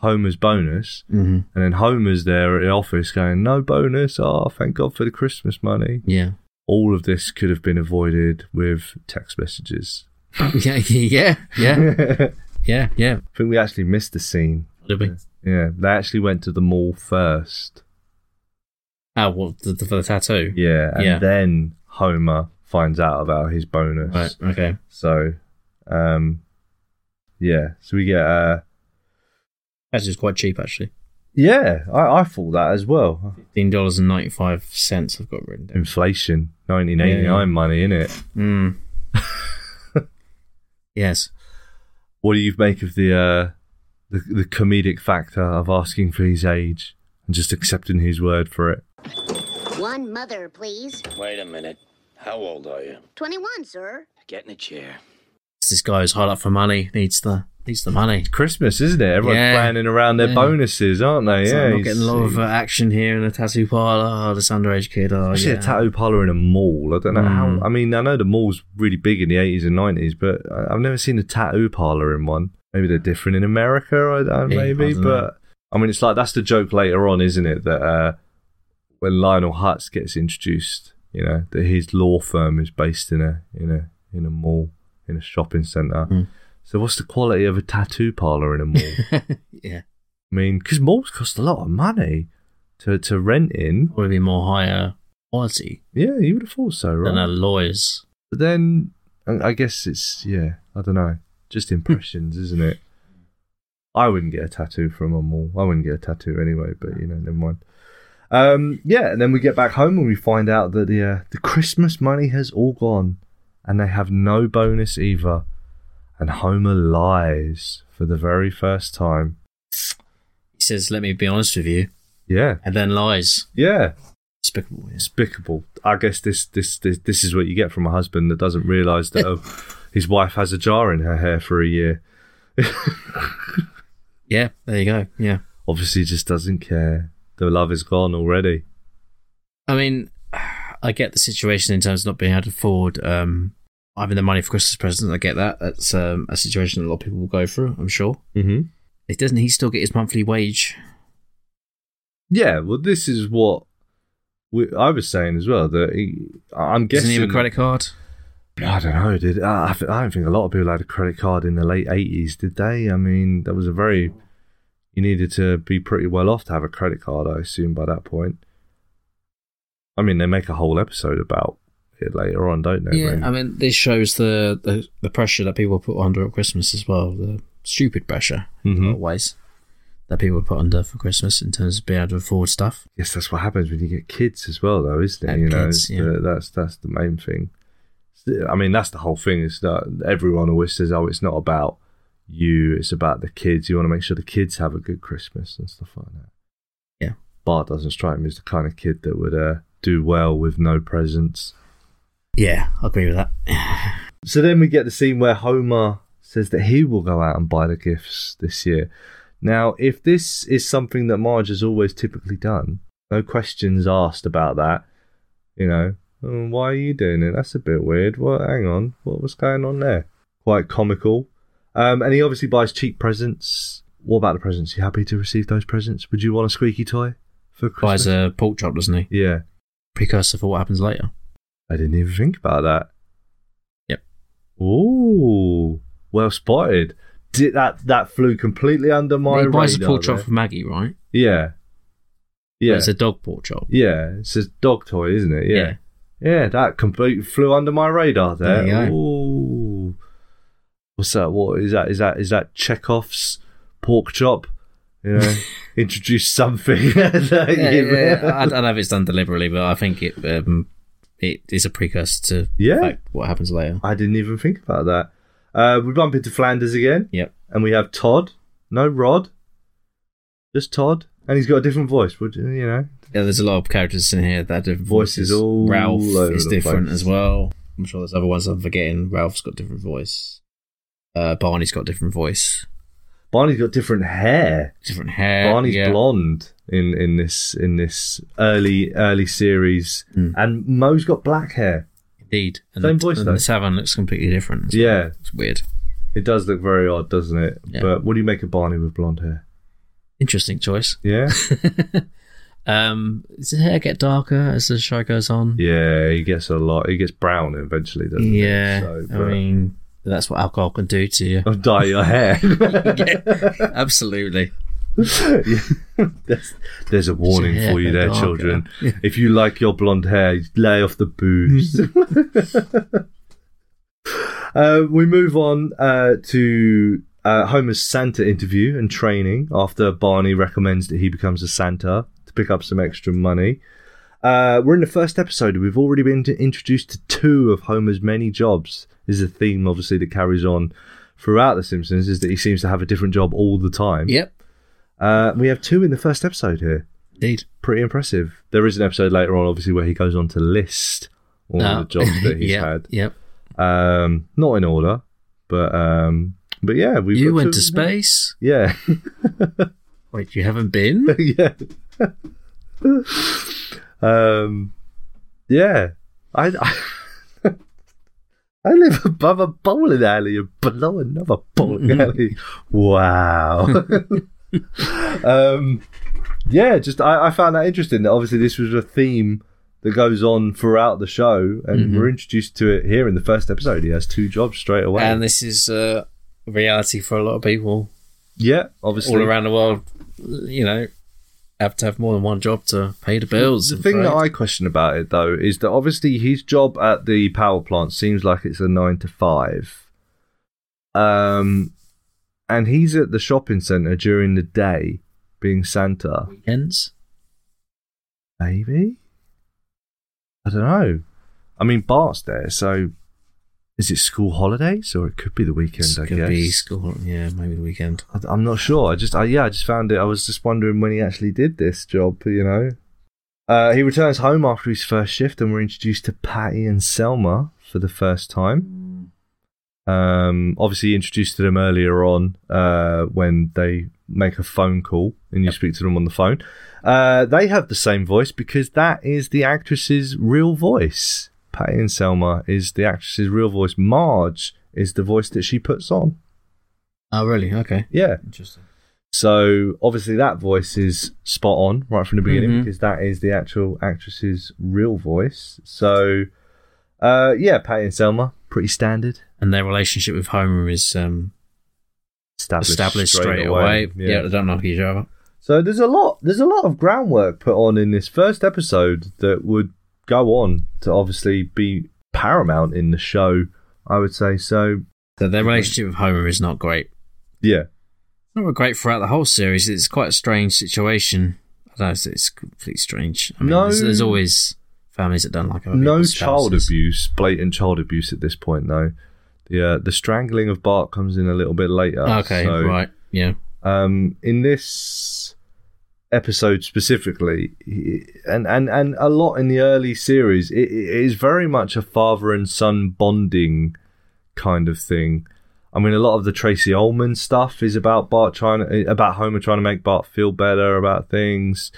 Speaker 1: Homer's bonus.
Speaker 2: Mm-hmm.
Speaker 1: And then Homer's there at the office going, no bonus. Oh, thank God for the Christmas money.
Speaker 2: Yeah.
Speaker 1: All of this could have been avoided with text messages.
Speaker 2: yeah. Yeah. Yeah.
Speaker 1: I
Speaker 2: Yeah. Yeah.
Speaker 1: think we actually missed the scene.
Speaker 2: Did we?
Speaker 1: Yeah, they actually went to the mall first.
Speaker 2: Oh, what the, the, for the tattoo?
Speaker 1: Yeah, and
Speaker 2: Yeah.
Speaker 1: then Homer finds out about his bonus.
Speaker 2: Right. Okay.
Speaker 1: So, um, yeah, so we get uh,
Speaker 2: That's just quite cheap, actually.
Speaker 1: yeah, I, I thought that as well.
Speaker 2: Fifteen dollars and ninety-five cents. I've got written down.
Speaker 1: Inflation, nineteen eighty nine
Speaker 2: Yeah.
Speaker 1: money in it.
Speaker 2: Mm. yes.
Speaker 1: What do you make of the uh, the the comedic factor of asking for his age and just accepting his word for it?
Speaker 3: One mother, please.
Speaker 4: Wait a minute. How old are you?
Speaker 3: 21, sir.
Speaker 4: Get in a chair.
Speaker 2: This guy who's hard up for money needs the needs the money.
Speaker 1: Christmas, isn't it? Everyone's
Speaker 2: Yeah.
Speaker 1: planning around their
Speaker 2: Yeah.
Speaker 1: bonuses, aren't they?
Speaker 2: So
Speaker 1: yeah,
Speaker 2: I'm not
Speaker 1: he's-
Speaker 2: getting a lot of uh,
Speaker 1: he's-
Speaker 2: action here in the tattoo parlor. Oh, this underage kid. Oh,
Speaker 1: Actually,
Speaker 2: yeah. Mm.
Speaker 1: a tattoo parlor in a mall. I don't know how. I mean, I know the mall's really big in the 80s and 90s, but I- I've never seen a tattoo parlor in one. Maybe they're different in America, I don't
Speaker 2: Yeah,
Speaker 1: maybe.
Speaker 2: I don't know.
Speaker 1: but I mean, it's like that's the joke later on, isn't it? That uh, when Lionel Hutz gets introduced, you know, that his law firm is based in a in a in a mall in a shopping centre.
Speaker 2: Mm.
Speaker 1: So, what's the quality of a tattoo parlor in a mall? I
Speaker 2: yeah.
Speaker 1: mean, because malls cost a lot of money to to rent in.
Speaker 2: Probably be more higher quality
Speaker 1: Yeah, you would have thought so, right?
Speaker 2: than a lawyer's.
Speaker 1: But then I I guess it's yeah, I don't know. Just impressions, isn't it? I wouldn't get a tattoo from a mall. I wouldn't get a tattoo anyway, but you know, never mind. Um, yeah, and then we get back home and we find out that the uh, the Christmas money has all gone, and they have no bonus either. And Homer lies for the very first time.
Speaker 2: He says, "Let me be honest with you,"
Speaker 1: Yeah,
Speaker 2: and then lies.
Speaker 1: yeah,
Speaker 2: Despicable. Yes.
Speaker 1: despicable. I guess this this this, this is what you get from a husband that doesn't realise that uh, his wife has a jar in her hair for a year.
Speaker 2: Yeah. There you go. Yeah.
Speaker 1: obviously just doesn't care. The love is gone already.
Speaker 2: I mean, I get the situation in terms of not being able to afford um, having the money for Christmas presents. I get that. That's um, a situation that a lot of people will go through. I'm sure.
Speaker 1: Mm-hmm.
Speaker 2: It doesn't. He still get his monthly wage.
Speaker 1: Yeah, well, this is what we, I was saying as well. That he, I- I'm
Speaker 2: Doesn't
Speaker 1: guessing
Speaker 2: he have a credit card?
Speaker 1: I don't know. Did I, I thi- I don't think a lot of people had a credit card in the late '80s, did they? I mean, that was a very you needed to be pretty well off to have a credit card, I assume, by that point. I mean, they make a whole episode about it later on, don't they?
Speaker 2: yeah.
Speaker 1: really?
Speaker 2: I mean, this shows the, the the pressure that people put under at Christmas as well. The stupid pressure
Speaker 1: Mhm.
Speaker 2: always that people put under for Christmas in terms of being able to afford stuff.
Speaker 1: Yes, that's what happens when you get kids as well, though, isn't it?
Speaker 2: And
Speaker 1: you know,
Speaker 2: kids,
Speaker 1: it's
Speaker 2: yeah.
Speaker 1: the- that's that's the main thing. It's- I mean, that's the whole thing. Is that everyone always says, "Oh, it's not about you; it's about the kids." You want to make sure the kids have a good Christmas and stuff like that.
Speaker 2: Yeah.
Speaker 1: Bart doesn't strike me as the kind of kid that would uh, do well with no presents.
Speaker 2: Yeah, I agree with that.
Speaker 1: So then we get the scene where Homer says that he will go out and buy the gifts this year. Now, if this is something that Marge has always typically done, no questions asked about that. You know, "Oh, why are you doing it? That's a bit weird. Well, hang on, what was going on there? Quite comical. Um, and he obviously buys cheap presents. What about the presents? You happy to receive those presents? Would you want a squeaky toy for Christmas?
Speaker 2: Buys a pork chop, doesn't he?
Speaker 1: yeah,
Speaker 2: Precursor for what happens later.
Speaker 1: I didn't even think about that.
Speaker 2: Yep.
Speaker 1: Ooh, well spotted. Did that that flew completely under my
Speaker 2: he buys a
Speaker 1: radar
Speaker 2: pork chop
Speaker 1: there.
Speaker 2: for Maggie, right?
Speaker 1: Yeah. Yeah.
Speaker 2: It's a dog pork chop.
Speaker 1: yeah. It's a dog toy, isn't it? Yeah. Yeah, that completely flew under my radar there.
Speaker 2: There you go.
Speaker 1: Ooh. What's that? What is that? Is that is that Chekhov's pork chop? You know, introduce something. that
Speaker 2: Yeah,
Speaker 1: you-
Speaker 2: yeah, I I don't know if it's done deliberately, but I think it um, it is a precursor to
Speaker 1: Yeah.
Speaker 2: like, what happens later.
Speaker 1: I didn't even think about that. Uh, we bump into Flanders again,
Speaker 2: Yep.
Speaker 1: and we have Todd. No Rod, just Todd, and he's got a different voice. Would you know?
Speaker 2: Yeah, there's a lot of characters in here that have
Speaker 1: Voices all
Speaker 2: Ralph
Speaker 1: over
Speaker 2: is
Speaker 1: the
Speaker 2: different
Speaker 1: place.
Speaker 2: as well. I'm sure there's other ones I'm forgetting. Ralph's got different voice. Uh, Barney's got different voice,
Speaker 1: Barney's got different hair.
Speaker 2: different hair.
Speaker 1: Barney's
Speaker 2: yeah.
Speaker 1: blonde in in this in this early early series,
Speaker 2: Hmm.
Speaker 1: and Mo's got black hair.
Speaker 2: Indeed. And
Speaker 1: Same
Speaker 2: the,
Speaker 1: voice,
Speaker 2: and
Speaker 1: though.
Speaker 2: the Savon looks completely different. It's-
Speaker 1: Yeah,
Speaker 2: It's weird.
Speaker 1: it does look very odd, doesn't it?
Speaker 2: Yeah.
Speaker 1: But what do you make of Barney with blonde hair?
Speaker 2: Interesting choice.
Speaker 1: Yeah,
Speaker 2: um, does the hair get darker as the show goes on?
Speaker 1: yeah, he gets a lot. He gets brown eventually, doesn't he?
Speaker 2: Yeah,
Speaker 1: So,
Speaker 2: I
Speaker 1: but-
Speaker 2: mean that's what alcohol can do to you.
Speaker 1: I'll dye your hair.
Speaker 2: Absolutely.
Speaker 1: Yeah. there's, there's a warning
Speaker 2: hair
Speaker 1: for you
Speaker 2: go
Speaker 1: there,
Speaker 2: darker.
Speaker 1: children. If you like your blonde hair, lay off the booze. uh, we move on uh, to uh, Homer's Santa interview and training after Barney recommends that he becomes a Santa to pick up some extra money. Uh, we're in the first episode. We've already been to- introduced to two of Homer's many jobs. This is a theme, obviously, that carries on throughout The Simpsons, is that he seems to have a different job all the time.
Speaker 2: Yep.
Speaker 1: Uh, we have two in the first episode here.
Speaker 2: Indeed.
Speaker 1: Pretty impressive. There is an episode later on, obviously, where he goes on to list all
Speaker 2: Uh,
Speaker 1: the jobs that he's
Speaker 2: yep,
Speaker 1: had.
Speaker 2: Yep.
Speaker 1: Um, not in order, but um, but yeah, we
Speaker 2: You went to space.
Speaker 1: Yeah,
Speaker 2: Wait, you haven't been?
Speaker 1: yeah, um, yeah. I, I I live above a bowling alley and below another bowling alley. Wow. um, yeah, just I, I found that interesting. That obviously this was a theme that goes on throughout the show, and
Speaker 2: Mm-hmm.
Speaker 1: we're introduced to it here in the first episode. He has two jobs straight away.
Speaker 2: And this is uh, reality for a lot of people
Speaker 1: yeah, obviously.
Speaker 2: all around the world. You know, have to have more than one job to pay the bills.
Speaker 1: The
Speaker 2: I'm
Speaker 1: thing that
Speaker 2: afraid.
Speaker 1: I question about it though is that obviously his job at the power plant seems like it's a nine to five. Um, and he's at the shopping center during the day, being Santa.
Speaker 2: Weekends?
Speaker 1: Maybe. I don't know. I mean, Bart's there, so is it school holidays or it could be the weekend?
Speaker 2: This
Speaker 1: I
Speaker 2: could
Speaker 1: guess.
Speaker 2: be school. Yeah, maybe the weekend.
Speaker 1: I, I'm not sure. I just, I, yeah, I just found it. I was just wondering when he actually did this job, you know. Uh, he returns home after his first shift, and we're introduced to Patty and Selma for the first time. Um, obviously, introduced to them earlier on uh, when they make a phone call and you speak to them on the phone. Uh, they have the same voice because that is the actress's real voice. Patty and Selma is the actress's real voice. Marge is the voice that she puts on.
Speaker 2: Oh, really? Okay.
Speaker 1: Yeah.
Speaker 2: Interesting.
Speaker 1: So obviously that voice is spot on right from the beginning
Speaker 2: Mhm.
Speaker 1: because that is the actual actress's real voice. So uh, yeah, Patty and Selma, pretty standard.
Speaker 2: And their relationship with Homer is um,
Speaker 1: Established,
Speaker 2: established straight, away. Yeah.
Speaker 1: Yeah.
Speaker 2: they don't like each other.
Speaker 1: So there's a lot there's a lot of groundwork put on in this first episode that would go on to obviously be paramount in the show, I would say. So
Speaker 2: So their relationship with Homer is not great.
Speaker 1: yeah.
Speaker 2: not great throughout the whole series. It's quite a strange situation. I don't know, it's, it's completely strange. I mean,
Speaker 1: No-
Speaker 2: there's, there's always families that don't like other
Speaker 1: no
Speaker 2: people's
Speaker 1: child
Speaker 2: spouses.
Speaker 1: abuse, blatant child abuse at this point though. The uh, the strangling of Bart comes in a little bit later.
Speaker 2: Okay,
Speaker 1: so-
Speaker 2: right, yeah.
Speaker 1: um, in this episode specifically he- and and and a lot in the early series it, it is very much a father and son bonding kind of thing I mean, a lot of the Tracy Ullman stuff is about Bart trying to, about Homer trying to make Bart feel better about things.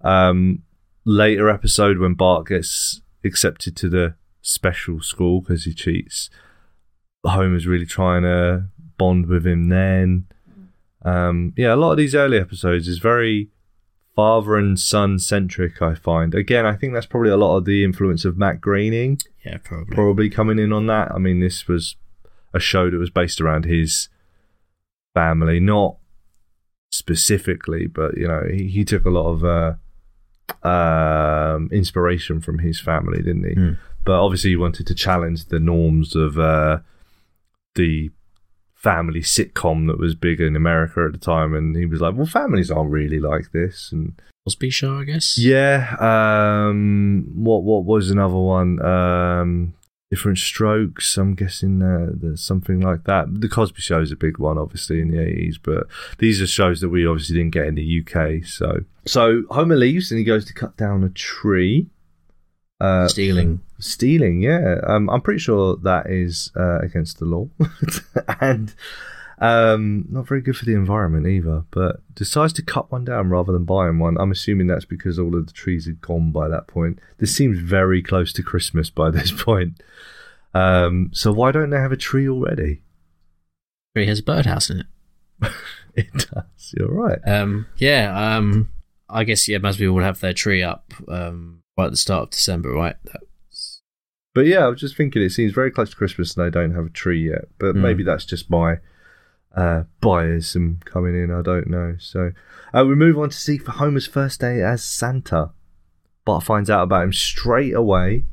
Speaker 1: Um, later episode when Bart gets accepted to the special school because he cheats, Homer's really trying to bond with him. Then, um, yeah, a lot of these early episodes is very father and son centric. I find again, I think that's probably a lot of the influence of Matt Groening
Speaker 2: Yeah, probably.
Speaker 1: probably coming in on that. I mean, this was a show that was based around his family, not specifically, but you know, he, he took a lot of uh, um, inspiration from his family, didn't he?
Speaker 2: Hmm.
Speaker 1: But obviously, he wanted to challenge the norms of uh, the family sitcom that was big in America at the time, and he was like, "Well, families aren't really like this," and
Speaker 2: Osby Show, I guess.
Speaker 1: yeah. Um. What What was another one? Um. Different strokes. I'm guessing uh, there's something like that. The Cosby Show is a big one, obviously in the 80s, but these are shows that we obviously didn't get in the UK. So, so Homer leaves and he goes to cut down a tree. Uh,
Speaker 2: Stealing.
Speaker 1: stealing yeah um, i'm pretty sure that is uh, against the law and um, not very good for the environment either but decides to cut one down rather than buying one i'm assuming that's because all of the trees had gone by that point this seems very close to christmas by this point um, so why don't they have a tree already
Speaker 2: He has a birdhouse in it.
Speaker 1: it does you're right
Speaker 2: Um, yeah, um, I guess yeah, most people would have their tree up um, right at the start of December, right? That-
Speaker 1: But yeah, I was just thinking it seems very close to Christmas and they don't have a tree yet. But
Speaker 2: Hmm.
Speaker 1: maybe that's just my uh, biasm coming in. I don't know. So uh, we move on to see for Homer's first day as Santa. Bart finds out about him straight away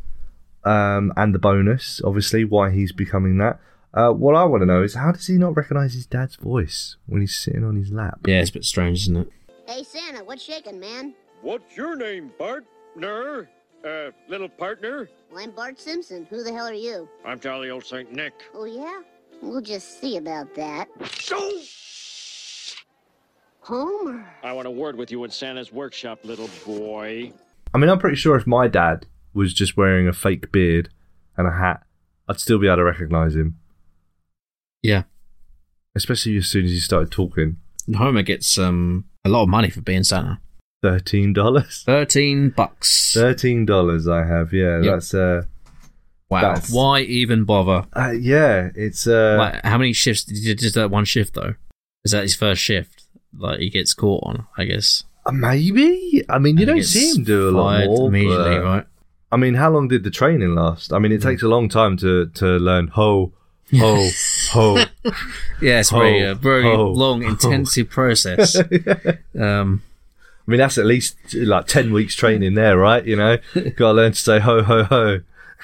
Speaker 1: um, and the bonus, obviously, why he's becoming that. Uh, what I want to know is how does he not recognize his dad's voice when he's sitting on his lap?
Speaker 2: yeah, it's a bit strange, isn't it?
Speaker 3: Hey, Santa, what's shaking, man?
Speaker 5: What's your name, partner? Uh, little partner?
Speaker 3: Well, I'm Bart Simpson. Who the hell are you?
Speaker 5: I'm jolly old Saint Nick.
Speaker 3: Oh, yeah? We'll just see about that.
Speaker 5: So,
Speaker 3: Homer.
Speaker 5: I want a word with you in Santa's workshop, little boy.
Speaker 1: I mean, I'm pretty sure if my dad was just wearing a fake beard and a hat, I'd still be able to recognize him.
Speaker 2: Yeah,
Speaker 1: especially as soon as he started talking.
Speaker 2: and Homer gets um, a lot of money for being Santa.
Speaker 1: Thirteen dollars.
Speaker 2: Thirteen bucks.
Speaker 1: Thirteen dollars. I have. Yeah,
Speaker 2: Yep.
Speaker 1: that's uh,
Speaker 2: wow.
Speaker 1: that's-
Speaker 2: Why even bother?
Speaker 1: uh yeah. It's uh,
Speaker 2: like, how many shifts did you just that one shift though? Is that his first shift? Like he gets caught on, I guess.
Speaker 1: uh, maybe. I mean, you
Speaker 2: And he
Speaker 1: don't
Speaker 2: gets
Speaker 1: see him do a lot
Speaker 2: fired
Speaker 1: more.
Speaker 2: immediately,
Speaker 1: but-
Speaker 2: right?
Speaker 1: I mean, how long did the training last? I mean, it takes a long time to to learn ho, ho, ho.
Speaker 2: Yeah, it's
Speaker 1: Ho,
Speaker 2: very, uh, very
Speaker 1: ho,
Speaker 2: long,
Speaker 1: ho.
Speaker 2: intensive process. um,
Speaker 1: I mean, that's at least like ten weeks training there, right? You know, got to learn to say ho, ho, ho.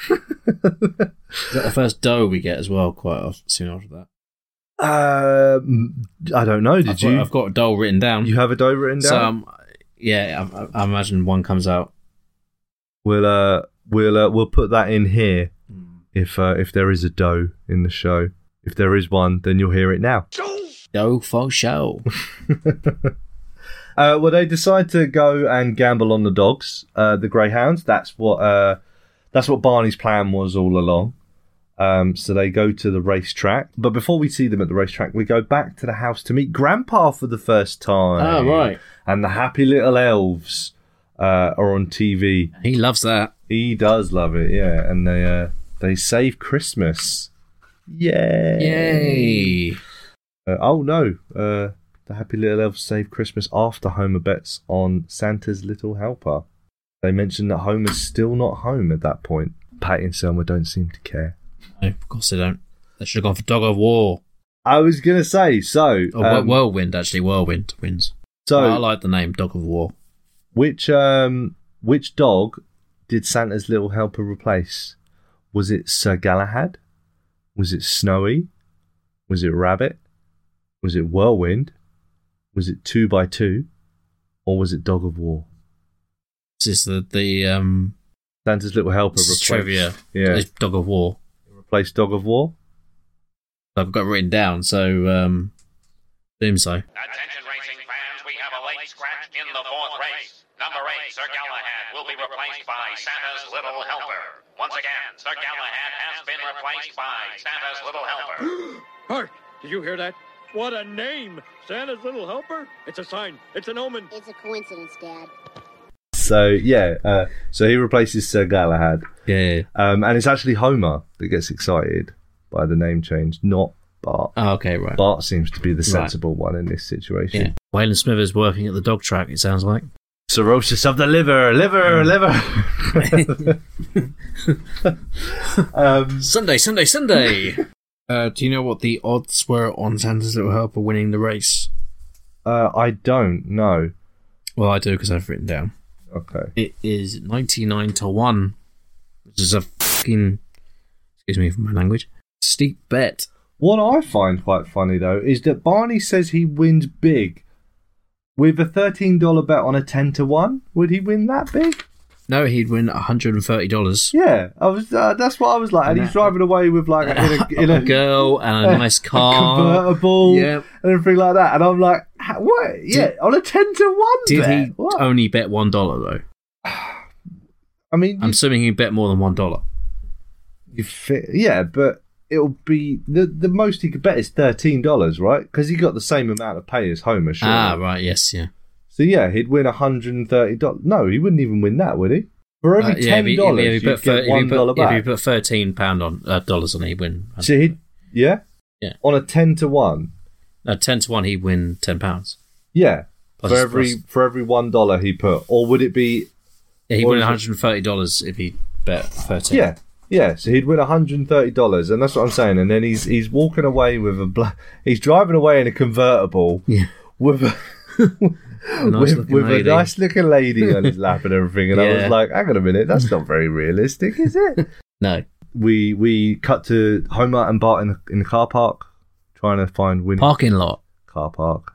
Speaker 2: is that the first dough we get as well? Quite off, soon after that.
Speaker 1: Um, I don't know. Did
Speaker 2: I've
Speaker 1: you?
Speaker 2: Got, I've got a doll written down.
Speaker 1: you have a dough written down?
Speaker 2: So um, yeah, I, I- I imagine one comes out.
Speaker 1: We'll uh we'll uh, we'll put that in here
Speaker 2: Hmm.
Speaker 1: if uh, if there is a dough in the show. If there is one, then you'll hear it now.
Speaker 2: Dough for show.
Speaker 1: Uh, well, they decide to go and gamble on the dogs, uh, the greyhounds. That's what uh, that's what Barney's plan was all along. Um, so they go to the racetrack, but before we see them at the racetrack, we go back to the house to meet Grandpa for the first time.
Speaker 2: Oh, right.
Speaker 1: And the happy little elves uh, are on TV.
Speaker 2: He loves that.
Speaker 1: He does love it, yeah. And they uh, they save Christmas. Yay!
Speaker 2: Yay!
Speaker 1: Uh, oh no, uh, the Happy Little Elves save Christmas after Homer bets on Santa's Little Helper. They mention that Homer's still not home at that point. Patty and Selma don't seem to care.
Speaker 2: No, of course they don't. They should have gone for Dog of War
Speaker 1: I was gonna say so.
Speaker 2: or
Speaker 1: um,
Speaker 2: Whirlwind. Actually, Whirlwind wins.
Speaker 1: so
Speaker 2: I like the name Dog of War.
Speaker 1: which um which dog did Santa's Little Helper replace? Was it Sir Galahad? Was it Snowy? Was it Rabbit? Was it Whirlwind? Was it Two by Two? Or was it Dog of War?
Speaker 2: This is the the um
Speaker 1: Santa's Little Helper
Speaker 2: this is
Speaker 1: replaced
Speaker 2: trivia.
Speaker 1: Yeah,
Speaker 2: It's Dog of War.
Speaker 1: replaced Dog of War.
Speaker 2: I've got it written down. So um, assume so.
Speaker 6: Attention racing fans, we have a late scratch in the fourth race. Number eight, Sir Galahad, will be be replaced by Santa's Little Helper. Once again, Sir Galahad has been replaced by Santa's Little Helper.
Speaker 5: Bart, do you hear that? What a name! Santa's little helper? It's a sign. It's an omen.
Speaker 3: It's a coincidence, Dad.
Speaker 1: So yeah, uh, so he replaces Sir Galahad,
Speaker 2: Yeah, yeah, yeah.
Speaker 1: um, and it's actually Homer that gets excited by the name change, not Bart.
Speaker 2: Oh, okay, right.
Speaker 1: Bart seems to be the sensible one in this situation.
Speaker 2: Yeah. Waylon Smithers working at the dog track, it sounds like.
Speaker 1: Cirrhosis of the liver, liver, liver. Mm. um,
Speaker 2: Sunday, Sunday, Sunday! uh, do you know what the odds were on Santa's Little Helper winning the race?
Speaker 1: uh, I don't know.
Speaker 2: Well, I do because I've written down.
Speaker 1: Okay.
Speaker 2: It is 99 to 1, which is a fucking, excuse me for my language, steep bet.
Speaker 1: What I find quite funny though is that Barney says he wins big. With a thirteen dollar bet on a ten to one, would he win that big?
Speaker 2: No, he'd win $130.
Speaker 1: Yeah, I was. Uh, that's what I was like. And he's driving away with like in a,
Speaker 2: A
Speaker 1: in a,
Speaker 2: girl and a nice
Speaker 1: a
Speaker 2: car.
Speaker 1: convertible,
Speaker 2: Yep.
Speaker 1: and everything like that. And I'm like, "Ha- what? Yeah, on a ten to one.
Speaker 2: Did
Speaker 1: bet?
Speaker 2: he
Speaker 1: What?
Speaker 2: only bet $1 though?
Speaker 1: I mean,
Speaker 2: I'm
Speaker 1: you,
Speaker 2: assuming he bet more than $1.
Speaker 1: you fit, yeah, but it'll be the the most he could bet is thirteen dollars, right? Because he got the same amount of pay as Homer. Surely.
Speaker 2: Ah, right, yes, yeah.
Speaker 1: So yeah, he'd win hundred and thirty dollars. No, he wouldn't even win that, would he? For
Speaker 2: Uh,
Speaker 1: every
Speaker 2: yeah, if
Speaker 1: ten
Speaker 2: you-
Speaker 1: dollars,
Speaker 2: if you
Speaker 1: you
Speaker 2: put thir-
Speaker 1: get
Speaker 2: if you
Speaker 1: one dollar
Speaker 2: put- if you
Speaker 1: back.
Speaker 2: put thirteen pound on uh, dollars on, he'd win.
Speaker 1: So he, yeah,
Speaker 2: Yeah.
Speaker 1: on a ten to one,
Speaker 2: No, Uh, ten to one, he'd win ten pounds.
Speaker 1: yeah.
Speaker 2: Plus-
Speaker 1: for every
Speaker 2: plus-
Speaker 1: for every one dollar he put, or would it be
Speaker 2: Yeah, he'd
Speaker 1: Or
Speaker 2: win
Speaker 1: is
Speaker 2: one
Speaker 1: it-
Speaker 2: hundred and thirty dollars if he bet thirteen.
Speaker 1: Yeah, yeah. So he'd win one hundred and thirty dollars, and that's what I'm saying. And then he's he's walking away with a bla- he's driving away in a convertible
Speaker 2: Yeah.
Speaker 1: with a
Speaker 2: A nice
Speaker 1: with,
Speaker 2: looking
Speaker 1: with a
Speaker 2: lady.
Speaker 1: nice looking lady on his lap and everything. And I
Speaker 2: Yeah.
Speaker 1: was like, hang on a minute, that's not very realistic, is it?
Speaker 2: No,
Speaker 1: we we cut to Homer and Bart in the, in the car park trying to find Winnie
Speaker 2: parking lot.
Speaker 1: car park.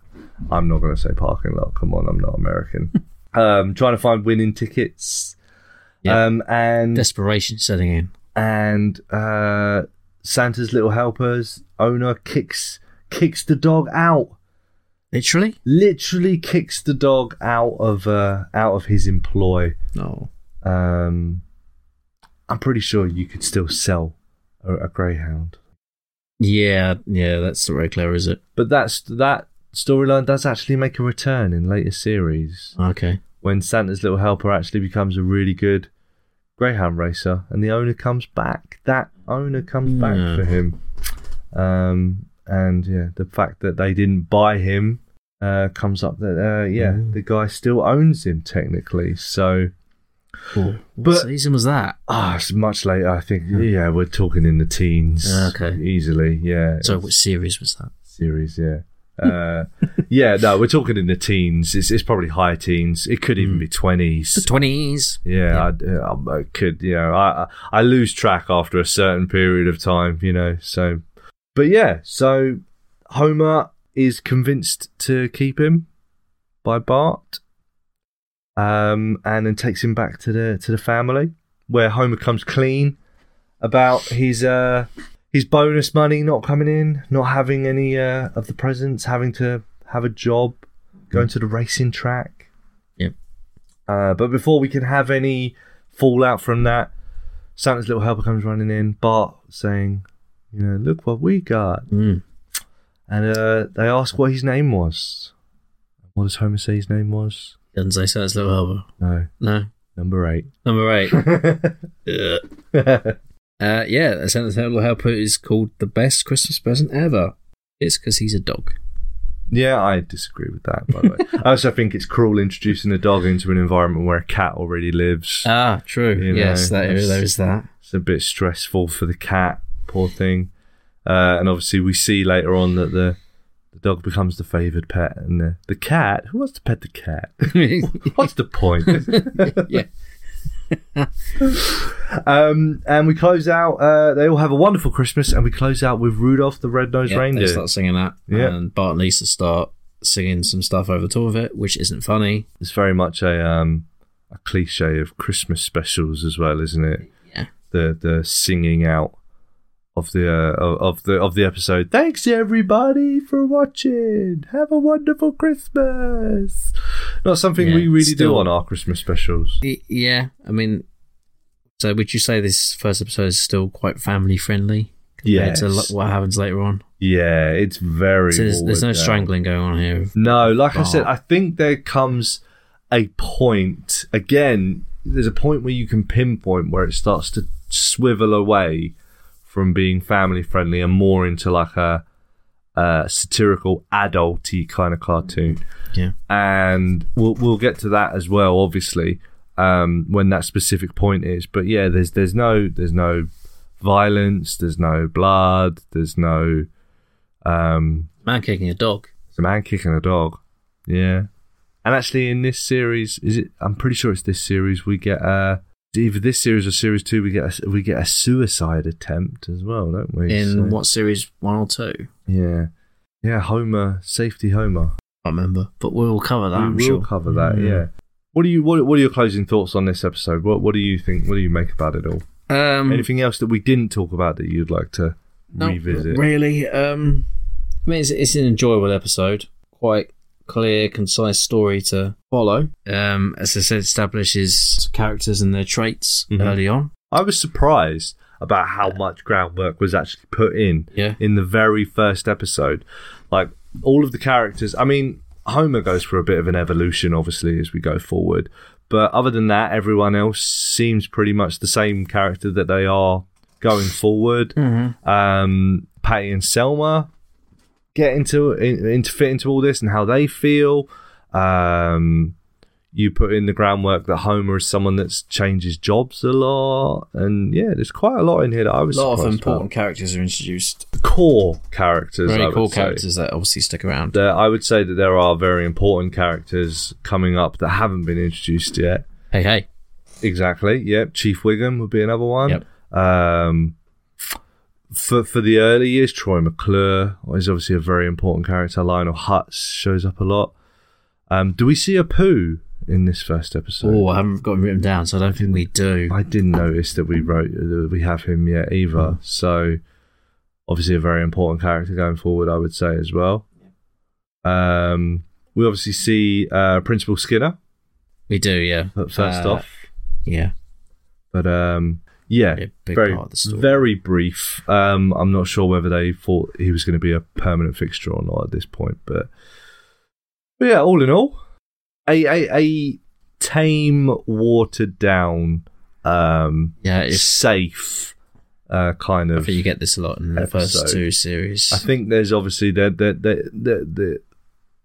Speaker 1: I'm not going to say parking lot. Come on, I'm not American. um, trying to find winning tickets.
Speaker 2: Yeah.
Speaker 1: Um, and
Speaker 2: Desperation setting in.
Speaker 1: and uh, Santa's little helpers owner kicks kicks the dog out.
Speaker 2: Literally.
Speaker 1: Literally kicks the dog out of uh, out of his employ.
Speaker 2: No.
Speaker 1: Um, I'm pretty sure you could still sell a, a greyhound,
Speaker 2: Yeah, yeah, that's not very clear, is it?
Speaker 1: but that's that storyline does actually make a return in later series
Speaker 2: Okay.
Speaker 1: when Santa's little helper actually becomes a really good greyhound racer, and the owner comes back. That owner comes
Speaker 2: Yeah.
Speaker 1: back for him. Um, and yeah, the fact that they didn't buy him uh, comes up that uh, yeah,
Speaker 2: Mm.
Speaker 1: the guy still owns him technically. So
Speaker 2: Cool. What
Speaker 1: But-
Speaker 2: season was that?
Speaker 1: ah, it's much later. I think yeah, we're talking in the teens.
Speaker 2: Hmm. Ah, Okay.
Speaker 1: easily yeah.
Speaker 2: So, which series was that?
Speaker 1: series, yeah. Uh, yeah, no, we're talking in the teens. It's, it's probably high teens. It could even be
Speaker 2: Hmm. The
Speaker 1: twenties.
Speaker 2: twenties.
Speaker 1: Yeah, I, I, I could. You know, I I I lose track after a certain period of time. You know, so but yeah, so Homer is convinced to keep him by Bart, um, and then takes him back to the to the family where Homer comes clean about his uh his bonus money not coming in, not having any uh, of the presents, having to have a job, going to the racing track.
Speaker 2: Yep.
Speaker 1: Uh, but before we can have any fallout from that, Santa's little helper comes running in, Bart saying, you know, look what we got.
Speaker 2: Mm.
Speaker 1: And uh, they ask what his name was. What does Homer say his name was?
Speaker 2: Doesn't say so. It's little helper.
Speaker 1: No,
Speaker 2: No.
Speaker 1: number eight.
Speaker 2: Number eight. Ugh. Uh, yeah, Santa's Little Helper is called the best Christmas present ever. It's because he's a dog.
Speaker 1: yeah, I disagree with that, by the way. I also think it's cruel introducing a dog into an environment where a cat already lives.
Speaker 2: Ah, true.
Speaker 1: You know,
Speaker 2: yes, that
Speaker 1: that's-
Speaker 2: is, there is that.
Speaker 1: it's a bit stressful for the cat, poor thing. Uh, and obviously, we see later on that the, the dog becomes the favoured pet, and the, the cat, who wants to pet the cat? What's the point?
Speaker 2: yeah.
Speaker 1: Um, and we close out. Uh, they all have a wonderful Christmas, and we close out with Rudolph the Red-Nosed
Speaker 2: yeah, they
Speaker 1: Reindeer.
Speaker 2: start singing that.
Speaker 1: Yeah.
Speaker 2: And Bart and Lisa start singing some stuff over the top of it, which isn't funny.
Speaker 1: It's very much a um, a cliche of Christmas specials as well, isn't it?
Speaker 2: Yeah.
Speaker 1: The the singing out of the uh, of of the of the episode. Thanks everybody for watching. Have a wonderful Christmas. Not something
Speaker 2: Yeah,
Speaker 1: we really do
Speaker 2: still-
Speaker 1: on our Christmas specials.
Speaker 2: Y- Yeah, I mean, so would you say this first episode is still quite family friendly compared to
Speaker 1: Yes.
Speaker 2: lo- what happens later on?
Speaker 1: Yeah, it's very.
Speaker 2: So there's, there's no
Speaker 1: watered down.
Speaker 2: strangling going on here.
Speaker 1: No, like I
Speaker 2: Bar.
Speaker 1: said, I think there comes a point again. There's a point where you can pinpoint where it starts to swivel away from being family friendly and more into like a, a satirical, adulty kind of cartoon.
Speaker 2: Yeah.
Speaker 1: and we'll we'll get to that as well, obviously, um, when that specific point is. But yeah, there's there's no there's no violence, there's no blood, there's no um,
Speaker 2: Man kicking a dog.
Speaker 1: it's a man kicking a dog. Yeah. And actually, in this series, is it? I'm pretty sure it's this series. We get uh, either this series or series two. We get a, we get a suicide attempt as well, don't we? So-
Speaker 2: In what series, one or two? I
Speaker 1: Yeah, yeah. Homer, safety Homer.
Speaker 2: can't remember, but we'll cover that.
Speaker 1: we
Speaker 2: I'm
Speaker 1: will
Speaker 2: sure. Mm.
Speaker 1: cover that. Yeah. What do you what, what are your closing thoughts on this episode? What what do you think? What do you make about it all?
Speaker 2: yeah. Um,
Speaker 1: Anything else that we didn't talk about that you'd like to
Speaker 2: No,
Speaker 1: revisit?
Speaker 2: not Really, um, I mean, it's, it's an enjoyable episode. Quite clear, concise story to follow. Um, as I said, establishes characters and their traits
Speaker 1: Mhm.
Speaker 2: early on.
Speaker 1: I was surprised about how much groundwork was actually put in
Speaker 2: Yeah.
Speaker 1: in the very first episode. Like all of the characters, I mean, Homer goes for a bit of an evolution, obviously, as we go forward. But other than that, everyone else seems pretty much the same character that they are going forward. Um, Patty and Selma get into in, into fit into all this and how they feel. Um, you put in the groundwork that Homer is someone that's changes jobs a lot, and yeah, there's quite a lot in here that I
Speaker 2: A
Speaker 1: was
Speaker 2: lot of
Speaker 1: surprised about
Speaker 2: important characters are introduced.
Speaker 1: core characters. I
Speaker 2: Very
Speaker 1: would
Speaker 2: cool
Speaker 1: say.
Speaker 2: characters that obviously stick around.
Speaker 1: There, I would say that there are very important characters coming up that haven't been introduced yet.
Speaker 2: Hey, hey.
Speaker 1: Exactly. Yep. Chief Wiggum would be another one.
Speaker 2: Yep.
Speaker 1: Um, for for the early years, Troy McClure is obviously a very important character. Lionel Hutz shows up a lot. Um, do we see a poo in this first episode?
Speaker 2: Oh, I haven't got him written down, so I don't think we do.
Speaker 1: I didn't notice that we wrote that we have him yet
Speaker 2: Hmm.
Speaker 1: either. So obviously a very important character going forward, I would say as well. Um, we obviously see uh, Principal Skinner
Speaker 2: We do, yeah.
Speaker 1: at first
Speaker 2: Uh,
Speaker 1: off,
Speaker 2: yeah.
Speaker 1: but um, yeah,
Speaker 2: a big
Speaker 1: very
Speaker 2: part of the story.
Speaker 1: very brief. Um, I'm not sure whether they thought he was going to be a permanent fixture or not at this point, but but yeah, all in all, a a, a tame, watered down. Um,
Speaker 2: Yeah, it's,
Speaker 1: safe uh, kind
Speaker 2: I
Speaker 1: of.
Speaker 2: think you get this a lot in the
Speaker 1: episode.
Speaker 2: first two series.
Speaker 1: I think there's obviously the the the the the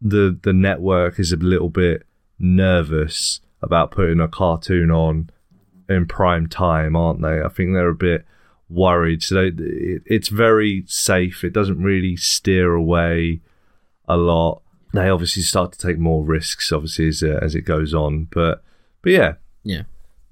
Speaker 1: the, the network is a little bit nervous about putting a cartoon on in prime time, aren't they? I think they're a bit worried. So they, it, it's very safe. It doesn't really steer away a lot. They obviously start to take more risks, obviously as, uh, as it goes on. But but yeah,
Speaker 2: yeah.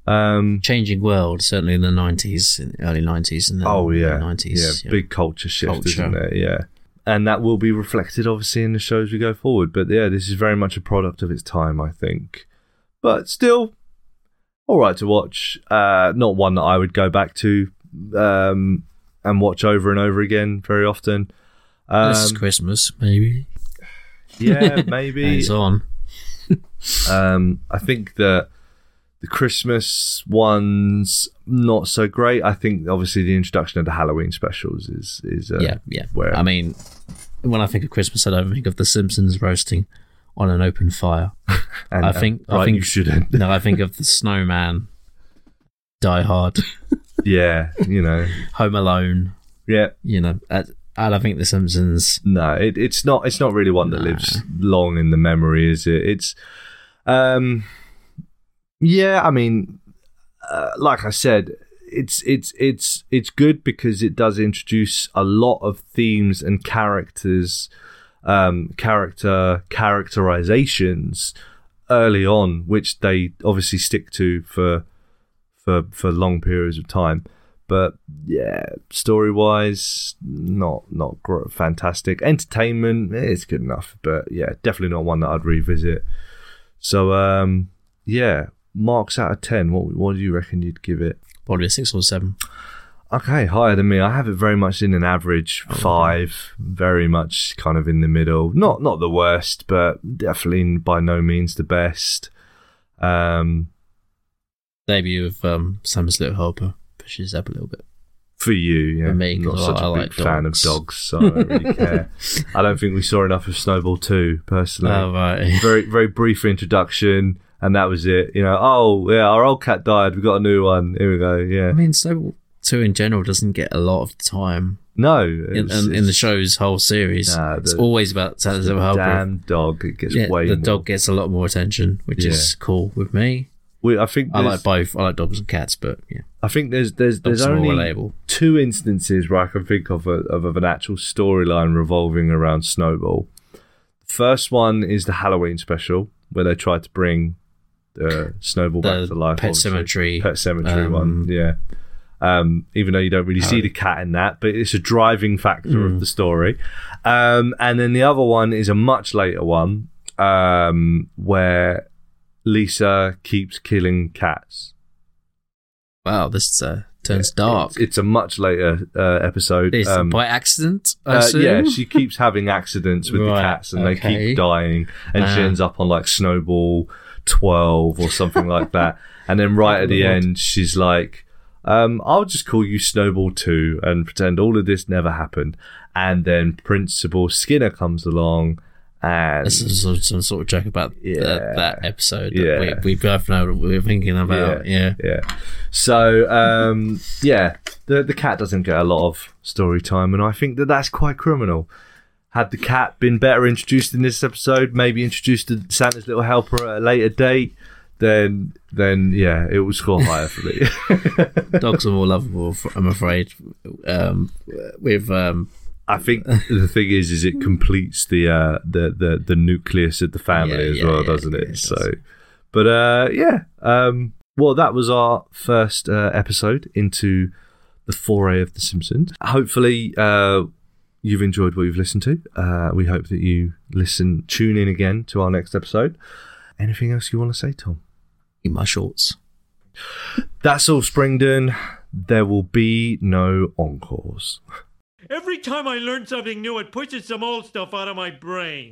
Speaker 1: um,
Speaker 2: changing world, certainly in the nineties, early nineties, and then
Speaker 1: oh yeah,
Speaker 2: nineties.
Speaker 1: yeah, big culture shift, isn't
Speaker 2: Culture.
Speaker 1: there? Yeah, and that will be reflected obviously in the shows we go forward. But yeah, this is very much a product of its time, I think. But still, all right to watch. Uh, not one that I would go back to um, and watch over and over again very often. Um,
Speaker 2: this is Christmas, maybe.
Speaker 1: yeah, maybe.
Speaker 2: It's on.
Speaker 1: Um, I think that the Christmas ones not so great. I think obviously the introduction of the Halloween specials is is uh,
Speaker 2: yeah, yeah.
Speaker 1: where
Speaker 2: I mean, when I think of Christmas, I don't think of the Simpsons roasting on an open fire.
Speaker 1: And,
Speaker 2: I
Speaker 1: uh,
Speaker 2: think.
Speaker 1: right,
Speaker 2: I think
Speaker 1: you shouldn't.
Speaker 2: no, I think of the Snowman, Die Hard,
Speaker 1: yeah, you know.
Speaker 2: Home Alone.
Speaker 1: Yeah,
Speaker 2: You know, uh, and I think the Simpsons.
Speaker 1: no, it, it's not. It's not really one that lives long in the memory, is it? It's, um, yeah. I mean, uh, like I said, it's it's it's it's good because it does introduce a lot of themes and characters, um, character characterizations early on, which they obviously stick to for for for long periods of time. But yeah, story wise, not not gr- fantastic. Entertainment, eh, it's good enough, but yeah, definitely not one that I'd revisit. So um, yeah, marks out of ten. What what do you reckon you'd give it?
Speaker 2: Probably a six or seven.
Speaker 1: okay, higher than me. I have it very much in an average five, very much kind of in the middle. Not not the worst, but definitely by no means the best. Um,
Speaker 2: Debut of um, Samus Little Helper pushes up a little bit.
Speaker 1: for you, yeah,
Speaker 2: For me,
Speaker 1: I'm not
Speaker 2: 'cause I-
Speaker 1: such a
Speaker 2: I
Speaker 1: big
Speaker 2: like
Speaker 1: fan of
Speaker 2: dogs.
Speaker 1: dogs, so I don't really care. I don't think we saw enough of Snowball Two personally.
Speaker 2: Oh, right.
Speaker 1: very very brief introduction, and that was it. You know, oh yeah, our old cat died. We got a new one. Here we go. Yeah,
Speaker 2: I mean, Snowball 2 in general doesn't get a lot of time
Speaker 1: no,
Speaker 2: in,
Speaker 1: it's-
Speaker 2: in, in the
Speaker 1: it's
Speaker 2: show's whole series.
Speaker 1: Nah,
Speaker 2: it's
Speaker 1: the-
Speaker 2: always about Santa's Little Helper.
Speaker 1: Damn dog! It gets
Speaker 2: yeah,
Speaker 1: way
Speaker 2: the
Speaker 1: more.
Speaker 2: dog gets a lot more attention, which is cool with me.
Speaker 1: We, I think
Speaker 2: I
Speaker 1: there's-
Speaker 2: like both. I like dogs and cats, but yeah,
Speaker 1: I think there's there's
Speaker 2: dogs
Speaker 1: there's
Speaker 2: are more
Speaker 1: only
Speaker 2: relatable.
Speaker 1: two instances where I can think of a, of, of an actual storyline revolving around Snowball. First one is the Halloween special where they tried to bring uh, Snowball
Speaker 2: The
Speaker 1: back to life.
Speaker 2: Pet
Speaker 1: obviously.
Speaker 2: Cemetery,
Speaker 1: Pet Cemetery
Speaker 2: um,
Speaker 1: one, yeah. Um, even though you don't really see
Speaker 2: Harry.
Speaker 1: the cat in that, but it's a driving factor
Speaker 2: Hmm.
Speaker 1: of the story. Um, and then the other one is a much later one um, where Lisa keeps killing cats.
Speaker 2: Wow, this uh, turns dark.
Speaker 1: It's, it's a much later uh, episode.
Speaker 2: Is
Speaker 1: Um,
Speaker 2: by accident? I
Speaker 1: uh,
Speaker 2: assume?
Speaker 1: yeah, she keeps having accidents with the
Speaker 2: Right,
Speaker 1: cats, and they
Speaker 2: okay.
Speaker 1: keep dying, and she
Speaker 2: Ah.
Speaker 1: ends up on like Snowball Twelve or something like that. And then right at the
Speaker 2: Lord.
Speaker 1: end, she's like, um, "I'll just call you Snowball Two and pretend all of this never happened." And then Principal Skinner comes along, and
Speaker 2: This is some, some sort of joke about th-
Speaker 1: Yeah.
Speaker 2: that episode.
Speaker 1: Yeah.
Speaker 2: That we, we both know what we're thinking about. Yeah.
Speaker 1: yeah. So um, yeah, the the cat doesn't get a lot of story time, and I think that that's quite criminal. Had the cat been better introduced in this episode, maybe introduced to Santa's little helper at a later date, then then yeah, it would score higher for me.
Speaker 2: Dogs are more lovable, f- I'm afraid. Um, with um,
Speaker 1: I think the thing is, is it completes the uh, the the the nucleus of the family
Speaker 2: Hmm. Yeah,
Speaker 1: as
Speaker 2: yeah,
Speaker 1: well,
Speaker 2: yeah,
Speaker 1: doesn't
Speaker 2: yeah,
Speaker 1: it?
Speaker 2: it does.
Speaker 1: so, but uh, yeah, um, well, that was our first uh, episode into the foray of the Simpsons. Hopefully, uh, you've enjoyed what you've listened to. Uh, we hope that you listen, tune in again to our next episode. Anything else you want to say, Tom?
Speaker 2: in my shorts.
Speaker 1: That's all, Springdon. There will be no encores.
Speaker 5: Every time I learn something new, it pushes some old stuff out of my brain.